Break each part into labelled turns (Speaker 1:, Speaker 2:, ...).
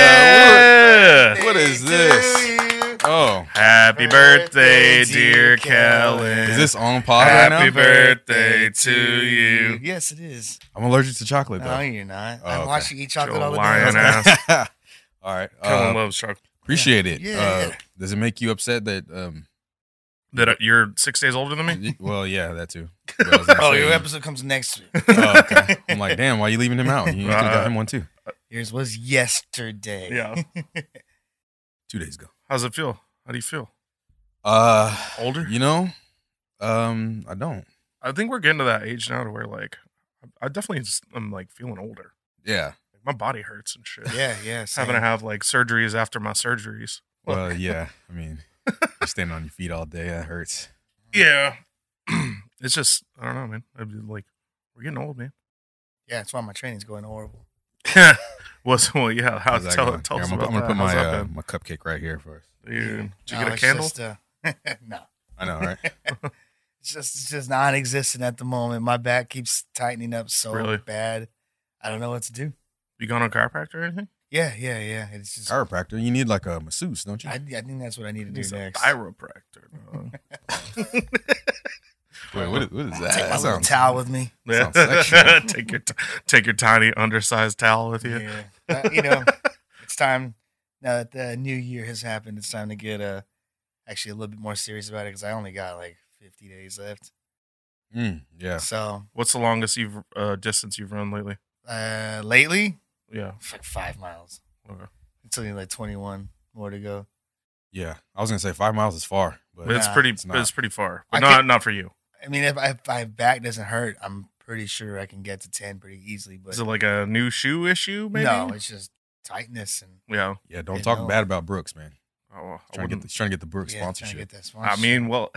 Speaker 1: Yeah.
Speaker 2: What is this? Oh,
Speaker 1: Happy birthday, dear Kellen.
Speaker 2: is this on pod right
Speaker 1: Happy
Speaker 2: now?
Speaker 1: birthday to you.
Speaker 3: Yes, it is.
Speaker 2: I'm allergic to chocolate
Speaker 3: No,
Speaker 2: though.
Speaker 3: you're not.
Speaker 2: Oh,
Speaker 3: I
Speaker 2: okay.
Speaker 3: watch you eat chocolate
Speaker 1: Your
Speaker 3: all the
Speaker 1: lying
Speaker 3: time.
Speaker 1: ass.
Speaker 2: All right.
Speaker 1: Kellen
Speaker 2: uh,
Speaker 1: loves chocolate.
Speaker 2: appreciate it.
Speaker 3: Yeah,
Speaker 2: Uh,
Speaker 3: yeah.
Speaker 2: Does it make you upset that? Um,
Speaker 1: That uh, you're six days older than me?
Speaker 2: y- well, yeah, that too. But I was gonna
Speaker 3: Oh,
Speaker 2: say-
Speaker 3: your episode comes next week.
Speaker 2: Oh, okay. I'm like, damn. Why are you leaving him out? You could have got him one too.
Speaker 3: Yours was yesterday.
Speaker 1: Yeah.
Speaker 2: Two days ago.
Speaker 1: How's it feel? How do you feel?
Speaker 2: Uh,
Speaker 1: Older?
Speaker 2: you know, um, I don't.
Speaker 1: I think we're getting to that age now to where like I definitely just, I'm like feeling older.
Speaker 2: Yeah.
Speaker 1: Like, my body hurts and shit.
Speaker 3: Yeah, yeah. same.
Speaker 1: Having to have like surgeries after my surgeries.
Speaker 2: Well, yeah. I mean, you're standing on your feet all day. That hurts.
Speaker 1: Yeah. it's just I don't know, man. I'd be like, we're getting old, man.
Speaker 3: yeah, that's why my training's going horrible.
Speaker 1: Was well, yeah. How
Speaker 2: How's that
Speaker 1: tell,
Speaker 2: going?
Speaker 1: tell
Speaker 2: Here,
Speaker 1: us
Speaker 2: I'm,
Speaker 1: about
Speaker 2: gonna- I'm
Speaker 1: that.
Speaker 2: gonna
Speaker 1: How's
Speaker 2: put my
Speaker 1: that
Speaker 2: uh,
Speaker 1: been?
Speaker 2: my cupcake right here for us.
Speaker 1: Dude, did you
Speaker 3: No,
Speaker 1: get a
Speaker 3: it's
Speaker 1: candle?
Speaker 3: just, uh, no.
Speaker 2: I know, right?
Speaker 3: It's just it's just non-existent at the moment. My back keeps tightening up so
Speaker 1: Really?
Speaker 3: bad. I don't know what to do.
Speaker 1: You gone on chiropractor or anything?
Speaker 3: Yeah, yeah, yeah. It's just I,
Speaker 2: Chiropractor, you need like a masseuse, don't you?
Speaker 3: I think that's what I need to do
Speaker 1: He's a
Speaker 3: next.
Speaker 1: chiropractor. dog.
Speaker 2: Wait, what is, what is that?
Speaker 3: Take my
Speaker 2: That
Speaker 3: little
Speaker 2: sounds
Speaker 3: towel with me.
Speaker 1: Yeah.
Speaker 2: Sounds sexual.
Speaker 1: take your t- take your tiny undersized towel with you.
Speaker 3: Yeah. Uh, you know, it's time now that the new year has happened. It's time to get uh actually a little bit more serious about it because I only got like 50 days left.
Speaker 2: Mm, yeah.
Speaker 3: So
Speaker 1: What's the longest you've uh, distance you've run lately?
Speaker 3: uh lately,
Speaker 1: Yeah.
Speaker 3: it's like five miles.
Speaker 1: Okay.
Speaker 3: It's only like 21 more to go.
Speaker 2: Yeah. I was gonna say five miles is far, but
Speaker 1: But it's
Speaker 3: Nah,
Speaker 1: pretty
Speaker 2: it's
Speaker 1: it's,
Speaker 2: not.
Speaker 1: pretty far. But
Speaker 3: I
Speaker 1: not
Speaker 3: can't-
Speaker 1: not for you.
Speaker 3: I mean, if, I, if my back doesn't hurt, I'm pretty sure I can get to 10 pretty easily. But
Speaker 1: Is it like a new shoe issue maybe?
Speaker 3: no, it's just tightness and
Speaker 1: yeah.
Speaker 2: yeah, don't
Speaker 3: You
Speaker 2: talk
Speaker 3: know.
Speaker 2: bad about Brooks, man.
Speaker 1: Oh, well, I,
Speaker 2: Trying to get
Speaker 1: wouldn't-
Speaker 2: the, trying to get the Brooks
Speaker 3: yeah, trying to
Speaker 2: sponsorship.
Speaker 3: get that
Speaker 1: I
Speaker 3: sponsorship.
Speaker 1: mean, well,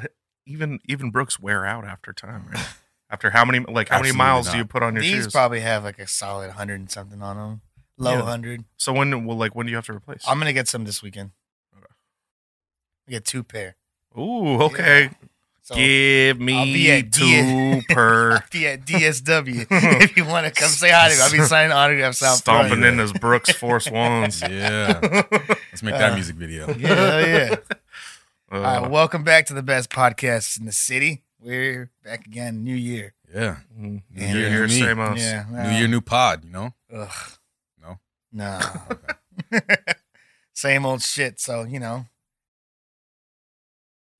Speaker 1: even even Brooks wear out after time, right? after how many like how many
Speaker 2: Absolutely
Speaker 1: miles do
Speaker 2: not.
Speaker 1: you put on your
Speaker 3: these
Speaker 1: shoes?
Speaker 3: probably have like a solid 100 and something on them, low
Speaker 1: Yeah.
Speaker 3: 100.
Speaker 1: so when well like when do you have to replace?
Speaker 3: I'm gonna get some this weekend.
Speaker 1: Okay.
Speaker 3: I get two pair.
Speaker 1: Ooh, okay.
Speaker 3: So I'll
Speaker 1: Give
Speaker 3: be
Speaker 1: me
Speaker 3: at
Speaker 1: two
Speaker 3: D-
Speaker 1: per
Speaker 3: I'll be at DSW if you want to come say hi to me. I'll be signing autographs out front.
Speaker 1: stomping in his Brooks Force Ones.
Speaker 2: yeah. Let's make that
Speaker 3: Uh,
Speaker 2: music video.
Speaker 3: Yeah, hell yeah.
Speaker 1: Uh,
Speaker 3: All right, welcome back to the best podcast in the city. We're back again, new year.
Speaker 2: Yeah.
Speaker 1: mm,
Speaker 2: New
Speaker 1: new
Speaker 2: year,
Speaker 1: year,
Speaker 2: new me.
Speaker 1: same us.
Speaker 3: Yeah,
Speaker 2: New year, new pod, you know?
Speaker 3: Ugh.
Speaker 2: No?
Speaker 3: No.
Speaker 2: Okay.
Speaker 3: Same old shit. So you know,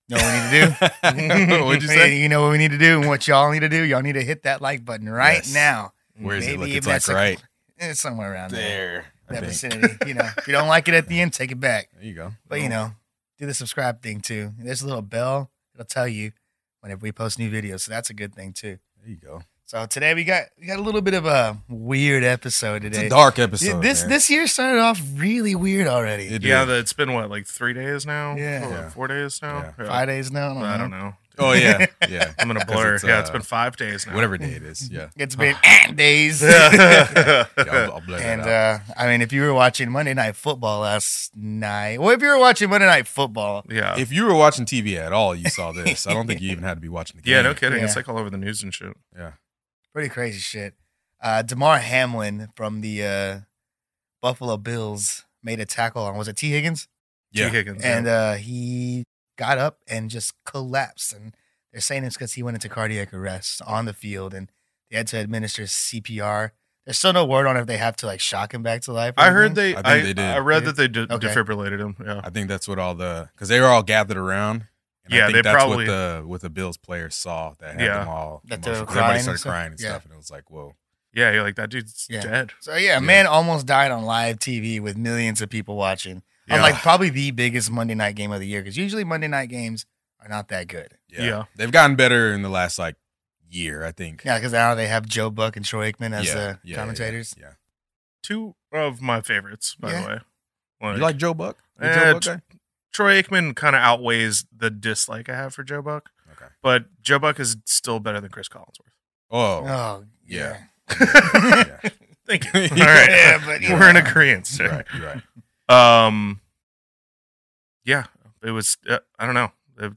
Speaker 3: know what we need to do.
Speaker 2: What'd you say?
Speaker 3: You know what we need to do and what y'all need to do. Y'all need to hit that like button right
Speaker 2: Yes.
Speaker 3: now.
Speaker 1: Mm.
Speaker 2: Where is it?
Speaker 3: Maybe
Speaker 2: Look,
Speaker 3: if
Speaker 2: it's like
Speaker 3: that's a-
Speaker 2: right
Speaker 3: It's somewhere around there.
Speaker 2: there. I
Speaker 3: That
Speaker 2: think. Oh.
Speaker 3: vicinity. You know, if you don't like it at the end, take it back.
Speaker 2: There you go.
Speaker 3: But you know, do the subscribe thing too. There's a little bell. It'll tell you whenever we post new videos. So that's a good thing too.
Speaker 2: There you go.
Speaker 3: So today we got we got a little bit of a weird episode
Speaker 2: It's
Speaker 3: today.
Speaker 2: a dark
Speaker 3: Th-
Speaker 2: episode.
Speaker 3: this
Speaker 2: man.
Speaker 3: this year started off really weird already.
Speaker 2: It
Speaker 1: Yeah,
Speaker 2: is.
Speaker 1: that- it's been what, like three days now?
Speaker 3: Yeah.
Speaker 1: Or
Speaker 2: Yeah.
Speaker 1: Four days now? Yeah.
Speaker 3: Fridays now. I don't,
Speaker 1: I don't
Speaker 3: know.
Speaker 1: know.
Speaker 2: Oh yeah. Yeah.
Speaker 1: I'm gonna
Speaker 2: 'Cause
Speaker 1: blur.
Speaker 2: it's,
Speaker 1: yeah,
Speaker 2: uh,
Speaker 1: it's been five days now.
Speaker 2: Whatever day it is. Yeah.
Speaker 3: It's been ant days.
Speaker 1: Yeah.
Speaker 2: Yeah, I'll, I'll blur that
Speaker 3: And
Speaker 2: out.
Speaker 3: uh, I mean, if you were watching Monday Night Football last night, well, if you were watching Monday Night Football,
Speaker 1: yeah.
Speaker 2: if you were watching TV at all, you saw this. I don't think you even had to be watching the game.
Speaker 1: yeah, no kidding.
Speaker 3: Yeah.
Speaker 1: It's like all over the news and shit.
Speaker 2: Yeah.
Speaker 3: pretty crazy shit. Uh, Damar Hamlin from the uh, Buffalo Bills made a tackle on was it T Higgins,
Speaker 1: T.
Speaker 2: Yeah.
Speaker 1: Higgins.
Speaker 3: and
Speaker 1: yeah.
Speaker 3: uh, he got up and just collapsed. And they're saying it's because he went into cardiac arrest on the field, and they had to administer CPR. There's still no word on if they have to like shock him back to life. or
Speaker 1: I heard
Speaker 3: anything.
Speaker 1: they. I,
Speaker 2: I think they
Speaker 1: I,
Speaker 2: did.
Speaker 1: read that they de-
Speaker 3: Okay.
Speaker 1: defibrillated him. Yeah.
Speaker 2: I think that's what all the because they were all gathered around. And I
Speaker 1: Yeah,
Speaker 2: think
Speaker 1: they
Speaker 2: that's
Speaker 1: probably-
Speaker 2: what the what the Bills players saw that had
Speaker 1: Yeah.
Speaker 2: them all.
Speaker 3: That they
Speaker 2: emotional.
Speaker 3: were
Speaker 2: 'Cause everybody
Speaker 3: crying and
Speaker 2: started
Speaker 3: stuff?
Speaker 2: crying and
Speaker 3: Yeah.
Speaker 2: stuff, and it was like, whoa.
Speaker 1: Yeah. You're like that dude's
Speaker 3: Yeah.
Speaker 1: dead.
Speaker 3: So yeah,
Speaker 2: Yeah.
Speaker 3: a man almost died on live TV with millions of people watching.
Speaker 1: Yeah.
Speaker 3: On like probably the biggest Monday night game of the year because usually Monday night games are not that good.
Speaker 2: Yeah.
Speaker 1: Yeah.
Speaker 2: They've gotten better in the last like year, I think.
Speaker 3: Yeah, because now they have Joe Buck and Troy Aikman as
Speaker 2: Yeah, yeah,
Speaker 3: the
Speaker 2: yeah,
Speaker 3: commentators.
Speaker 2: Yeah.
Speaker 1: Two of my favorites, by
Speaker 3: Yeah.
Speaker 1: the way.
Speaker 2: You like Joe Buck? You a
Speaker 1: Eh,
Speaker 2: Joe Buck
Speaker 1: t-
Speaker 2: guy?
Speaker 1: Troy Aikman kind of outweighs the dislike I have for Joe Buck,
Speaker 2: Okay.
Speaker 1: but Joe Buck is still better than Chris Collinsworth.
Speaker 2: Oh.
Speaker 3: Oh yeah.
Speaker 2: Yeah.
Speaker 1: Thank
Speaker 2: yeah.
Speaker 1: you. All right.
Speaker 3: Yeah, but you
Speaker 1: We're in
Speaker 3: know.
Speaker 1: agreement,
Speaker 2: You're
Speaker 1: sir.
Speaker 2: right. You're right.
Speaker 1: Um, yeah, it was. Uh, I don't know. uh,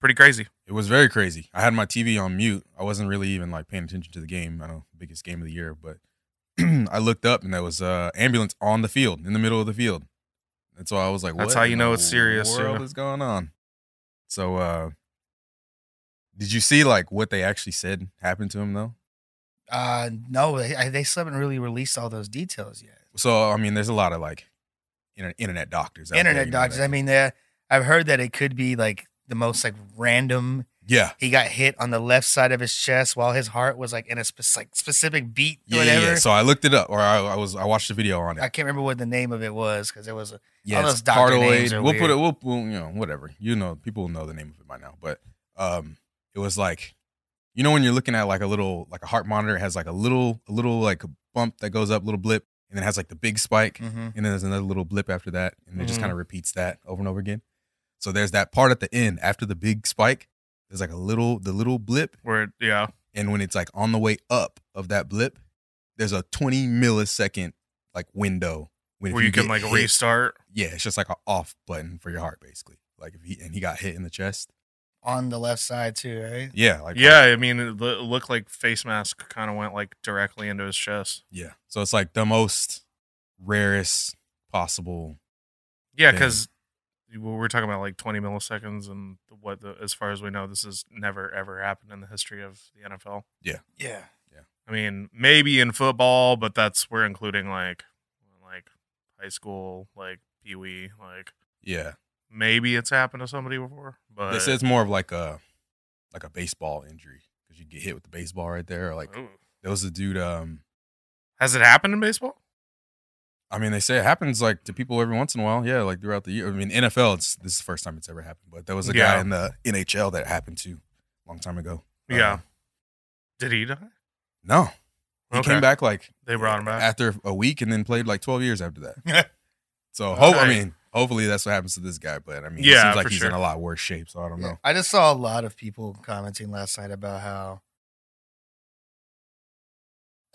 Speaker 1: pretty crazy.
Speaker 2: It was very crazy. I had my TV on mute. I wasn't really even like paying attention to the game. I know biggest game of the year, but I looked up and there was a ambulance on the field in the middle of the field. That's why I was like,
Speaker 1: That's
Speaker 2: what
Speaker 1: how you
Speaker 2: in
Speaker 1: know
Speaker 2: the
Speaker 1: it's serious,
Speaker 2: World
Speaker 1: yeah.
Speaker 2: is going on. So, uh, did you see like what they actually said happened to him though?
Speaker 3: Uh, no, they, I- they still haven't really released all those details yet.
Speaker 2: So I mean, there's a lot of like inter- internet doctors. out there,
Speaker 3: Internet
Speaker 2: you know,
Speaker 3: doctors.
Speaker 2: that
Speaker 3: I
Speaker 2: can-
Speaker 3: mean, they I've heard that it could be like the most like random.
Speaker 2: yeah,
Speaker 3: He got hit on the left side of his chest while his heart was like in a spe- like specific beat. or
Speaker 2: yeah, yeah,
Speaker 3: whatever.
Speaker 2: yeah. So I looked it up, or I, I was I watched the video on it.
Speaker 3: I can't remember what the name of it was because it was uh, a,
Speaker 2: Yeah,
Speaker 3: All
Speaker 2: it's
Speaker 3: those doctor
Speaker 2: cardoid.
Speaker 3: names are
Speaker 2: we'll put
Speaker 3: weird.
Speaker 2: it. We'll, we'll you know whatever you know. People know the name of it by now, but um, it was like, you know, when you're looking at like a little like a heart monitor, it has like a little a little like bump that goes up, little blip, and then it has like the big spike,
Speaker 3: Mhm.
Speaker 2: and then there's another little blip after that, and it just
Speaker 1: Mhm.
Speaker 2: kind of repeats that over and over again. So there's that part at the end after the big spike. There's like a little the little blip,
Speaker 1: Where yeah,
Speaker 2: and when it's like on the way up of that blip, there's a 20 millisecond like window when if
Speaker 1: where you, can
Speaker 2: get
Speaker 1: like
Speaker 2: hit-
Speaker 1: restart.
Speaker 2: yeah, it's just like an off button for your heart, basically. Like if he and he got hit in the chest,
Speaker 3: on the left side too, right?
Speaker 2: yeah, like
Speaker 1: yeah, I mean, it lo- looked like face mask kind of went like directly into his chest.
Speaker 2: yeah. So it's like the most rarest possible.
Speaker 1: Yeah,
Speaker 2: Yeah.
Speaker 1: because we're talking about like 20 milliseconds, and what the, as far as we know, this has never ever happened in the history of the NFL.
Speaker 3: Yeah.
Speaker 1: I mean, maybe in football, but that's we're including like like high school, like pee wee, like
Speaker 2: Yeah,
Speaker 1: maybe it's happened to somebody before, but
Speaker 2: this is more of like a like a baseball injury because you get hit with the baseball right there. Or like
Speaker 1: Ooh.
Speaker 2: there was a dude. Um,
Speaker 1: has it happened in baseball?
Speaker 2: I mean, they say it happens like to people every once in a while. Yeah, like throughout the year. I mean, NFL. It's this is the first time it's ever happened, but there was a
Speaker 1: Yeah.
Speaker 2: guy in the NHL that it happened to a long time ago.
Speaker 1: yeah.
Speaker 2: Uh,
Speaker 1: Did he die?
Speaker 2: no, he
Speaker 1: Okay.
Speaker 2: came back like
Speaker 1: They brought him back.
Speaker 2: after a week and then played like 12 years after that. so,
Speaker 1: Okay.
Speaker 2: ho- I mean, hopefully that's what happens to this guy, but I mean,
Speaker 1: Yeah,
Speaker 2: it seems like
Speaker 1: for
Speaker 2: he's in
Speaker 1: sure.
Speaker 2: a lot worse shape, so I don't
Speaker 3: Yeah.
Speaker 2: know.
Speaker 3: I just saw a lot of people commenting last night about how,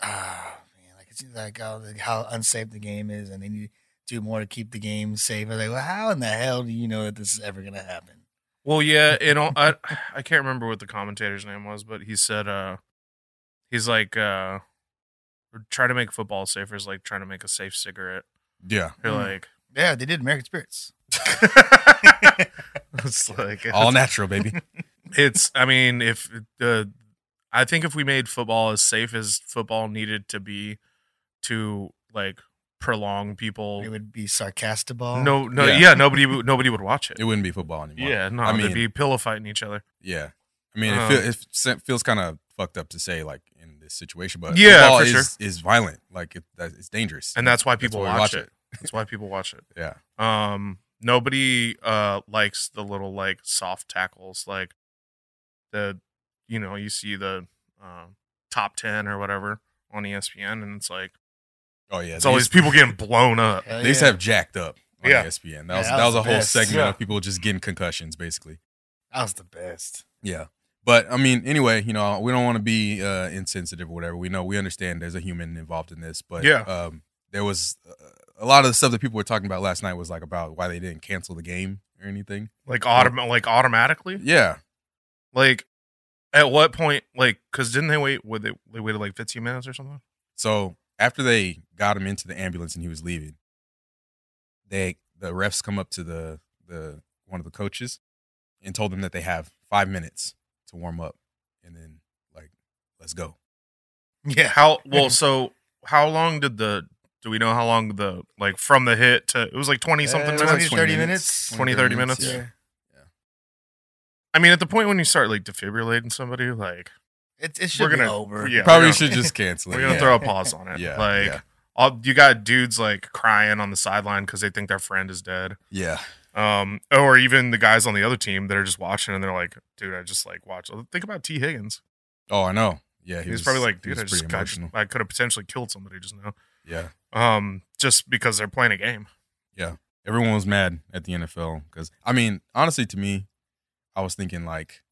Speaker 3: ah, man, like it's like how, how unsafe the game is, and they need to do more to keep the game safe. I was like, well, how in the hell do you know that this is ever gonna happen?
Speaker 1: Well, yeah, it all, I I can't remember what the commentator's name was, but he said uh he's like uh trying to make football safer is like trying to make a safe cigarette.
Speaker 2: Yeah.
Speaker 1: You're
Speaker 3: Mm.
Speaker 1: like
Speaker 3: Yeah, they did American Spirits.
Speaker 1: it's like
Speaker 2: All natural, baby.
Speaker 1: it's i mean if the i think if we made football as safe as football needed to be to like prolong people
Speaker 3: It would be sarcastic ball.
Speaker 1: Oh. no no yeah.
Speaker 2: Yeah.
Speaker 1: nobody would- nobody would watch it
Speaker 2: it wouldn't be football anymore.
Speaker 1: yeah no
Speaker 2: I
Speaker 1: they'd
Speaker 2: mean-
Speaker 1: be pillow fighting each other
Speaker 2: Yeah. I mean,
Speaker 1: Uh-huh.
Speaker 2: it, feel, it se- feels kind of fucked up to say, like, in this situation, but
Speaker 1: Yeah,
Speaker 2: football
Speaker 1: for
Speaker 2: is,
Speaker 1: sure.
Speaker 2: is violent. Like, it, that, it's dangerous.
Speaker 1: and that's why people
Speaker 2: why we
Speaker 1: watch,
Speaker 2: watch
Speaker 1: it. that's why people watch it
Speaker 2: Yeah.
Speaker 1: um nobody uh likes the little like soft tackles like the you know you see the um top 10 or whatever on E espn and it's like
Speaker 2: Oh, yeah.
Speaker 1: it's
Speaker 2: They
Speaker 1: always
Speaker 2: used-
Speaker 1: people getting blown up
Speaker 3: Hell
Speaker 2: They used to
Speaker 3: yeah.
Speaker 2: have jacked up on E
Speaker 1: Yeah.
Speaker 2: ESPN. That
Speaker 3: Yeah,
Speaker 2: was,
Speaker 3: that was
Speaker 2: that was
Speaker 3: the
Speaker 2: a whole
Speaker 3: best.
Speaker 2: segment
Speaker 1: Yeah.
Speaker 2: of people just getting concussions, basically.
Speaker 3: that was the best.
Speaker 2: Yeah. But I mean, anyway, you know, we don't want to be uh, insensitive or whatever. We know, we understand there's a human involved in this, but
Speaker 1: Yeah.
Speaker 2: um, there was uh, a lot of the stuff that people were talking about last night was like about why they didn't cancel the game or anything.
Speaker 1: like autom- like automatically
Speaker 2: Yeah,
Speaker 1: like at what point like because didn't they wait would they, they waited like 15 minutes or something
Speaker 2: So after they got him into the ambulance and he was leaving, they the refs come up to the the one of the coaches and told them that they have five minutes to warm up and then like let's go.
Speaker 3: Yeah,
Speaker 1: how well so how long did the do we know how long the like from the hit to it was like 20 something
Speaker 3: Uh,
Speaker 1: minutes
Speaker 3: 20, 30 minutes?
Speaker 1: 20, 30 minutes?
Speaker 2: Yeah.
Speaker 1: i mean at the point when you start like defibrillating somebody like
Speaker 3: it, it
Speaker 1: We're
Speaker 3: should be
Speaker 1: gonna-
Speaker 3: over.
Speaker 1: yeah.
Speaker 2: Probably
Speaker 1: Yeah.
Speaker 2: should just cancel it.
Speaker 1: we're gonna
Speaker 2: yeah.
Speaker 1: throw a pause on it
Speaker 2: Yeah,
Speaker 1: like
Speaker 2: yeah.
Speaker 1: all, you got dudes like crying on the sideline because they think their friend is dead
Speaker 2: yeah.
Speaker 1: um or even the guys on the other team that are just watching and they're like dude i just like watch think about t higgins
Speaker 2: Oh, I know. Yeah,
Speaker 1: he's probably like
Speaker 2: he
Speaker 1: dude i
Speaker 2: was pretty
Speaker 1: just got,
Speaker 2: emotional.
Speaker 1: i could have potentially killed somebody just now
Speaker 2: Yeah,
Speaker 1: um, just because they're playing a game.
Speaker 2: everyone was mad at the NFL because I mean, honestly, to me, I was thinking like,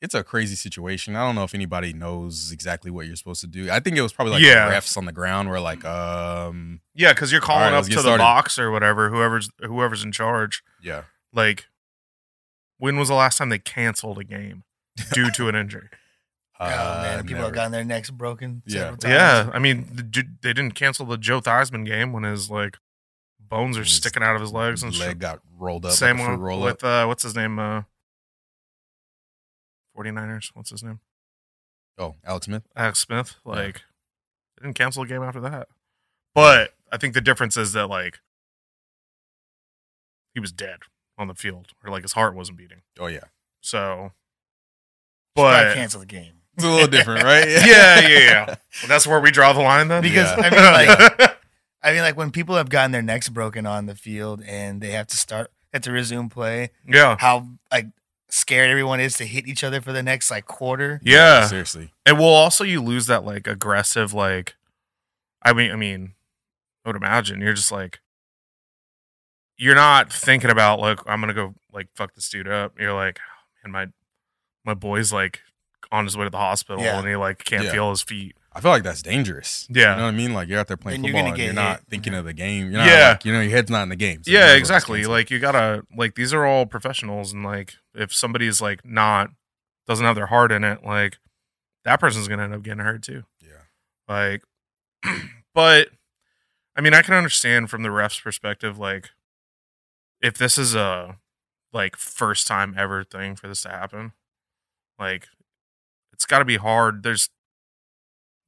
Speaker 2: it's a crazy situation. I don't know if anybody knows exactly what you're supposed to do. I think it was probably like
Speaker 1: Yeah.
Speaker 2: the refs on the ground were like, um,
Speaker 1: Yeah, because you're
Speaker 2: All
Speaker 1: calling
Speaker 2: right,
Speaker 1: up
Speaker 2: let's
Speaker 1: to
Speaker 2: get
Speaker 1: the
Speaker 2: started.
Speaker 1: box or whatever, whoever's whoever's in charge.
Speaker 2: yeah,
Speaker 1: Like, when was the last time they canceled a game due to an injury?
Speaker 3: Oh man, people
Speaker 2: Ah, Uh, never.
Speaker 3: have gotten their necks broken.
Speaker 2: Yeah.
Speaker 3: several times.
Speaker 1: Yeah, I mean, the, dude- they didn't cancel the Joe Theismann game when his like bones are
Speaker 2: His
Speaker 1: sticking out of his legs and
Speaker 2: His
Speaker 1: shit.
Speaker 2: leg got rolled up.
Speaker 1: Same
Speaker 2: like a fruit
Speaker 1: one
Speaker 2: roll up.
Speaker 1: with uh, what's his name? Uh, 49ers. What's his name?
Speaker 2: Oh, Alex Smith.
Speaker 1: Alex Smith. Like, they didn't cancel a game after that. But I think the difference is that like he was dead on the field, or like his heart wasn't beating.
Speaker 2: Oh yeah,
Speaker 1: So,
Speaker 3: Probably
Speaker 1: but
Speaker 3: cancel the game
Speaker 2: it's a little different, right?
Speaker 1: Yeah, yeah, yeah. that's where we draw the line then.
Speaker 3: because
Speaker 2: Yeah.
Speaker 3: I mean, like, I mean, like when people have gotten their necks broken on the field and they have to start, have to resume play.
Speaker 1: yeah,
Speaker 3: How like scared everyone is to hit each other for the next like quarter.
Speaker 1: yeah.
Speaker 2: Seriously.
Speaker 1: And well, also you lose that like aggressive, like I mean, I mean, I would imagine you're just like you're not thinking about like I'm gonna go like fuck this dude up. You're like, and my my boy's like on his way to the hospital
Speaker 3: Yeah.
Speaker 1: and he like can't
Speaker 2: Yeah.
Speaker 1: feel his feet.
Speaker 2: I feel like that's dangerous.
Speaker 1: Yeah.
Speaker 2: You know what I mean? Like you're out there playing
Speaker 3: Then you're
Speaker 2: football
Speaker 3: gonna
Speaker 2: and you're
Speaker 3: get
Speaker 2: not
Speaker 3: hit.
Speaker 2: thinking of the game. You're not
Speaker 1: Yeah.
Speaker 2: like, you know, your head's not in the game. So you might as
Speaker 1: yeah,
Speaker 2: well just
Speaker 1: exactly.
Speaker 2: cancel.
Speaker 1: Like you gotta like these are all professionals and like if somebody's like not doesn't have their heart in it, like that person's gonna end up getting hurt too.
Speaker 2: Yeah.
Speaker 1: Like, but I mean, I can understand from the ref's perspective, like, if this is a like first time ever thing for this to happen, like, it's got to be hard. There's,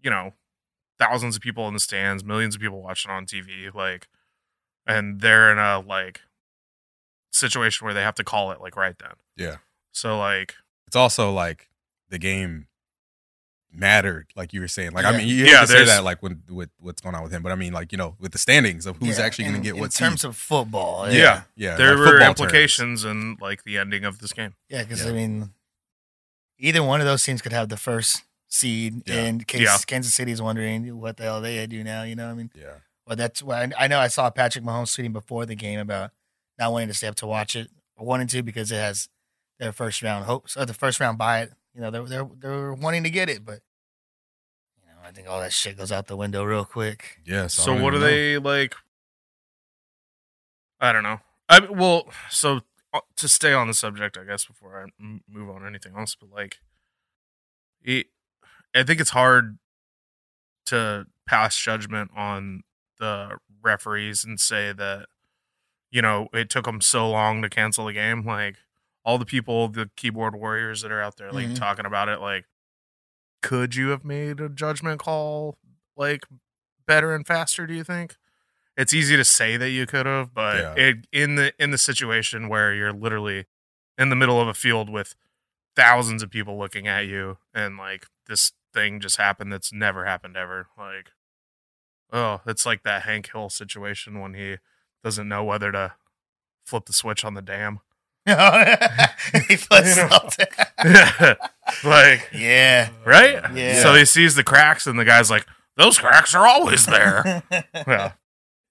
Speaker 1: you know, thousands of people in the stands, millions of people watching on TV, like, and they're in a like situation where they have to call it like right then.
Speaker 2: Yeah.
Speaker 1: So like,
Speaker 2: It's also like the game mattered, like you were saying. Like I
Speaker 3: Yeah.
Speaker 2: mean you
Speaker 1: Yeah,
Speaker 2: have to say
Speaker 1: there's-
Speaker 2: that like when with what's going on with him. But I mean like, you know, with the standings of who's
Speaker 3: Yeah,
Speaker 2: actually gonna
Speaker 3: in-
Speaker 2: get
Speaker 3: in
Speaker 2: what
Speaker 3: terms
Speaker 2: seed.
Speaker 3: of football.
Speaker 1: Yeah.
Speaker 3: Yeah,
Speaker 2: yeah,
Speaker 1: there
Speaker 2: like
Speaker 1: were
Speaker 2: football
Speaker 1: implications in like the ending of this game.
Speaker 3: yeah, because
Speaker 2: Yeah.
Speaker 3: I mean, either one of those teams could have the first seed,
Speaker 2: Yeah.
Speaker 3: and Kansas,
Speaker 1: Yeah.
Speaker 3: Kansas City's wondering what the hell they do now. You know, what I mean.
Speaker 2: terms. Yeah.
Speaker 3: Well, that's why I know I saw Patrick Mahomes tweeting before the game about not wanting to stay up to watch it, or wanting to because it has their first round hopes or the first round buy it. You know, they're they're they're wanting to get it, but you know, I think all that shit goes out the window real quick.
Speaker 2: Yeah. I
Speaker 1: So
Speaker 2: don't
Speaker 1: what are
Speaker 2: even know.
Speaker 1: they like? I don't know. I well, so uh, to stay on the subject, I guess before I m- move on to anything else, but like, it, I think it's hard to pass judgment on the referees and say that you know it took them so long to cancel the game. Like all the people, the keyboard warriors that are out there,
Speaker 2: Mm-hmm.
Speaker 1: like
Speaker 3: Mhm.
Speaker 1: talking about it, like, could you have made a judgment call like better and faster do you think it's easy to say that you could have but
Speaker 2: Yeah.
Speaker 1: it, in the in the situation where you're literally in the middle of a field with thousands of people looking at you and like this thing just happened that's never happened ever like oh it's like that hank hill situation when he doesn't know whether to flip the switch on the dam
Speaker 3: he flips
Speaker 1: You know.
Speaker 3: out.
Speaker 1: like
Speaker 3: yeah.
Speaker 1: right
Speaker 3: Yeah.
Speaker 1: so he sees the cracks and the guy's like those cracks are always there yeah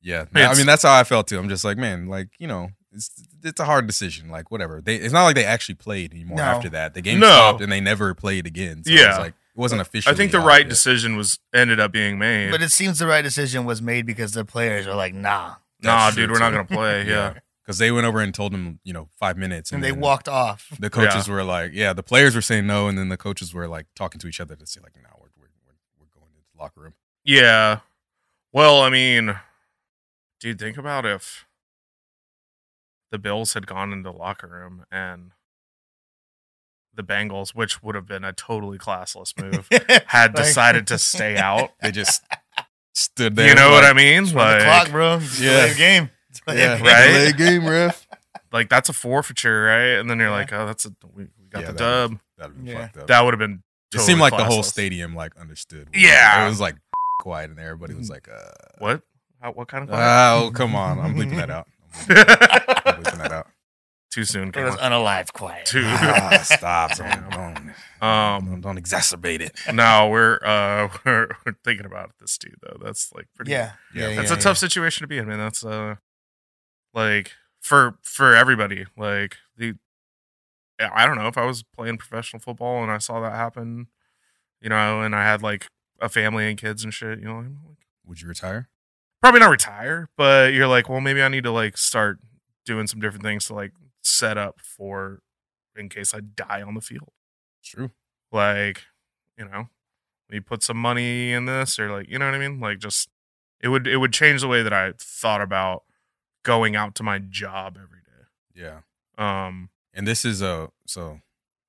Speaker 2: Yeah, no, I
Speaker 1: It's-
Speaker 2: mean that's how I felt too. I'm just like, man, like you know, it's it's a hard decision. Like whatever, they it's not like they actually played anymore
Speaker 3: No.
Speaker 2: after that. The game
Speaker 1: No.
Speaker 2: stopped and they never played again. So yeah,
Speaker 1: Yeah.
Speaker 2: it's like it wasn't official.
Speaker 1: I think the right decision was ended up being made.
Speaker 3: But it seems the right decision was made because the players are like, nah.
Speaker 1: nah,
Speaker 2: That's
Speaker 1: dude,
Speaker 2: true,
Speaker 1: we're not
Speaker 2: too.
Speaker 1: gonna play. Yeah,
Speaker 2: because they went over and told them, you know, five minutes,
Speaker 3: And they
Speaker 2: then
Speaker 3: walked off.
Speaker 2: The coaches were like, yeah, the players were saying no, and then the coaches were like talking to each other to say like, no, we're we're we're, we're going to the locker room.
Speaker 1: yeah. Well, I mean, dude, think about if the Bills had gone into the locker room and the Bengals, which would have been a totally classless move, had
Speaker 3: Like-
Speaker 1: decided to stay out.
Speaker 2: They just stood there.
Speaker 1: You know what I
Speaker 2: like,
Speaker 1: mean?
Speaker 3: It's on the
Speaker 1: Like,
Speaker 3: clock, bro. Just
Speaker 2: Yeah.
Speaker 3: Play the game.
Speaker 2: Yeah,
Speaker 1: Right?
Speaker 2: Play the game ref.
Speaker 1: like that's a forfeiture, right? And then you're like, oh, that's a we, we got
Speaker 2: Yeah,
Speaker 1: the
Speaker 2: that
Speaker 1: dub.
Speaker 2: That'd be
Speaker 3: Yeah.
Speaker 2: fucked up.
Speaker 1: That would have been.
Speaker 2: it
Speaker 1: totally
Speaker 2: seemed like the whole
Speaker 1: classless.
Speaker 2: stadium like understood.
Speaker 1: Yeah.
Speaker 2: it was like quiet in there. Everybody was
Speaker 3: Mm-hmm.
Speaker 2: like, uh,
Speaker 1: What? How, what kind of?
Speaker 2: "Oh, come on!" I'm leaving that out. I'm leaving- I'm leaving that out.
Speaker 1: Too soon.
Speaker 3: It was
Speaker 1: Kalen.
Speaker 3: unalive quiet.
Speaker 1: Too-
Speaker 2: Ah, stop! Don't, don't,
Speaker 1: Um,
Speaker 2: don't, don't exacerbate it.
Speaker 1: no, we're uh we're, we're thinking about this dude though. That's like pretty
Speaker 3: Yeah.
Speaker 2: Yeah.
Speaker 1: That's a tough situation to be in, man. That's uh like for for everybody. Like the I don't know if I was playing professional football and I saw that happen, you know, and I had like a family and kids and shit, you know, I'm like,
Speaker 2: Would you retire?
Speaker 1: probably not retire, but you're like, well, maybe I need to like start doing some different things to like set up for in case I die on the field
Speaker 2: It's true.
Speaker 1: like you know, we put some money in this or like, you know what I mean? Like just it would it would change the way that I thought about going out to my job every day.
Speaker 2: Yeah.
Speaker 1: Um
Speaker 2: And this is a so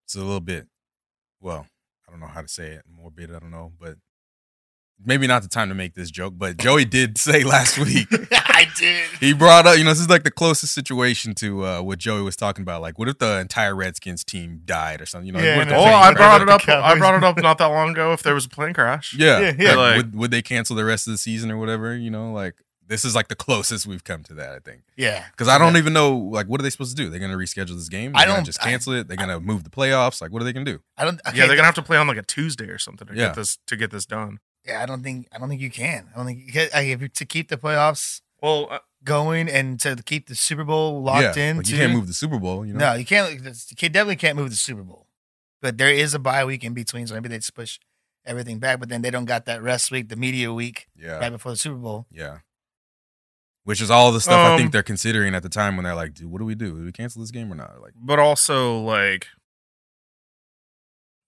Speaker 2: it's a little bit well, I don't know how to say it, morbid, I don't know, but maybe not the time to make this joke, but Joey did say last week
Speaker 3: I did.
Speaker 2: he brought up, you know, this is like the closest situation to uh, what Joey was talking about. Like, what if the entire Redskins team died or something? You know,
Speaker 3: Yeah,
Speaker 2: what
Speaker 3: and
Speaker 2: if the
Speaker 1: Oh,
Speaker 3: like
Speaker 2: whole
Speaker 1: I
Speaker 2: crowd-
Speaker 1: brought it
Speaker 3: the
Speaker 1: up I
Speaker 3: Cowboys.
Speaker 1: brought it up not that long ago if there was a plane crash.
Speaker 2: Yeah,
Speaker 3: Yeah,
Speaker 2: yeah.
Speaker 3: yeah.
Speaker 1: Like-
Speaker 2: would would they cancel the rest of the season or whatever? You know, like this is like the closest we've come to that, I think.
Speaker 3: Yeah.
Speaker 2: Because I don't even know, like, what are they supposed to do? They're gonna reschedule this game?
Speaker 3: I
Speaker 2: They're gonna
Speaker 3: don't-
Speaker 2: just cancel it. They're gonna move the playoffs. Like, what are they gonna do?
Speaker 3: I don't. Okay,
Speaker 1: yeah, they're gonna have to play on like a Tuesday or something to
Speaker 2: Yeah.
Speaker 1: get this to get this done.
Speaker 3: yeah, I don't think. I don't think you can. I don't think you can, I, if you- to keep the playoffs
Speaker 1: Well, uh,
Speaker 3: going and to keep the Super Bowl locked
Speaker 2: yeah,
Speaker 3: in.
Speaker 2: like,
Speaker 3: too.
Speaker 2: you can't move the Super Bowl. You know,
Speaker 3: No, you can't. You can- definitely can't move the Super Bowl. But there is a bye week in between, so maybe they just push everything back. But then they don't got that rest week, the media week
Speaker 2: yeah,
Speaker 3: right before the Super Bowl.
Speaker 2: yeah. Which is all the stuff I
Speaker 1: Um,
Speaker 2: think they're considering at the time when they're like, dude, what do we do? Do we cancel this game or not? Like,
Speaker 1: but also like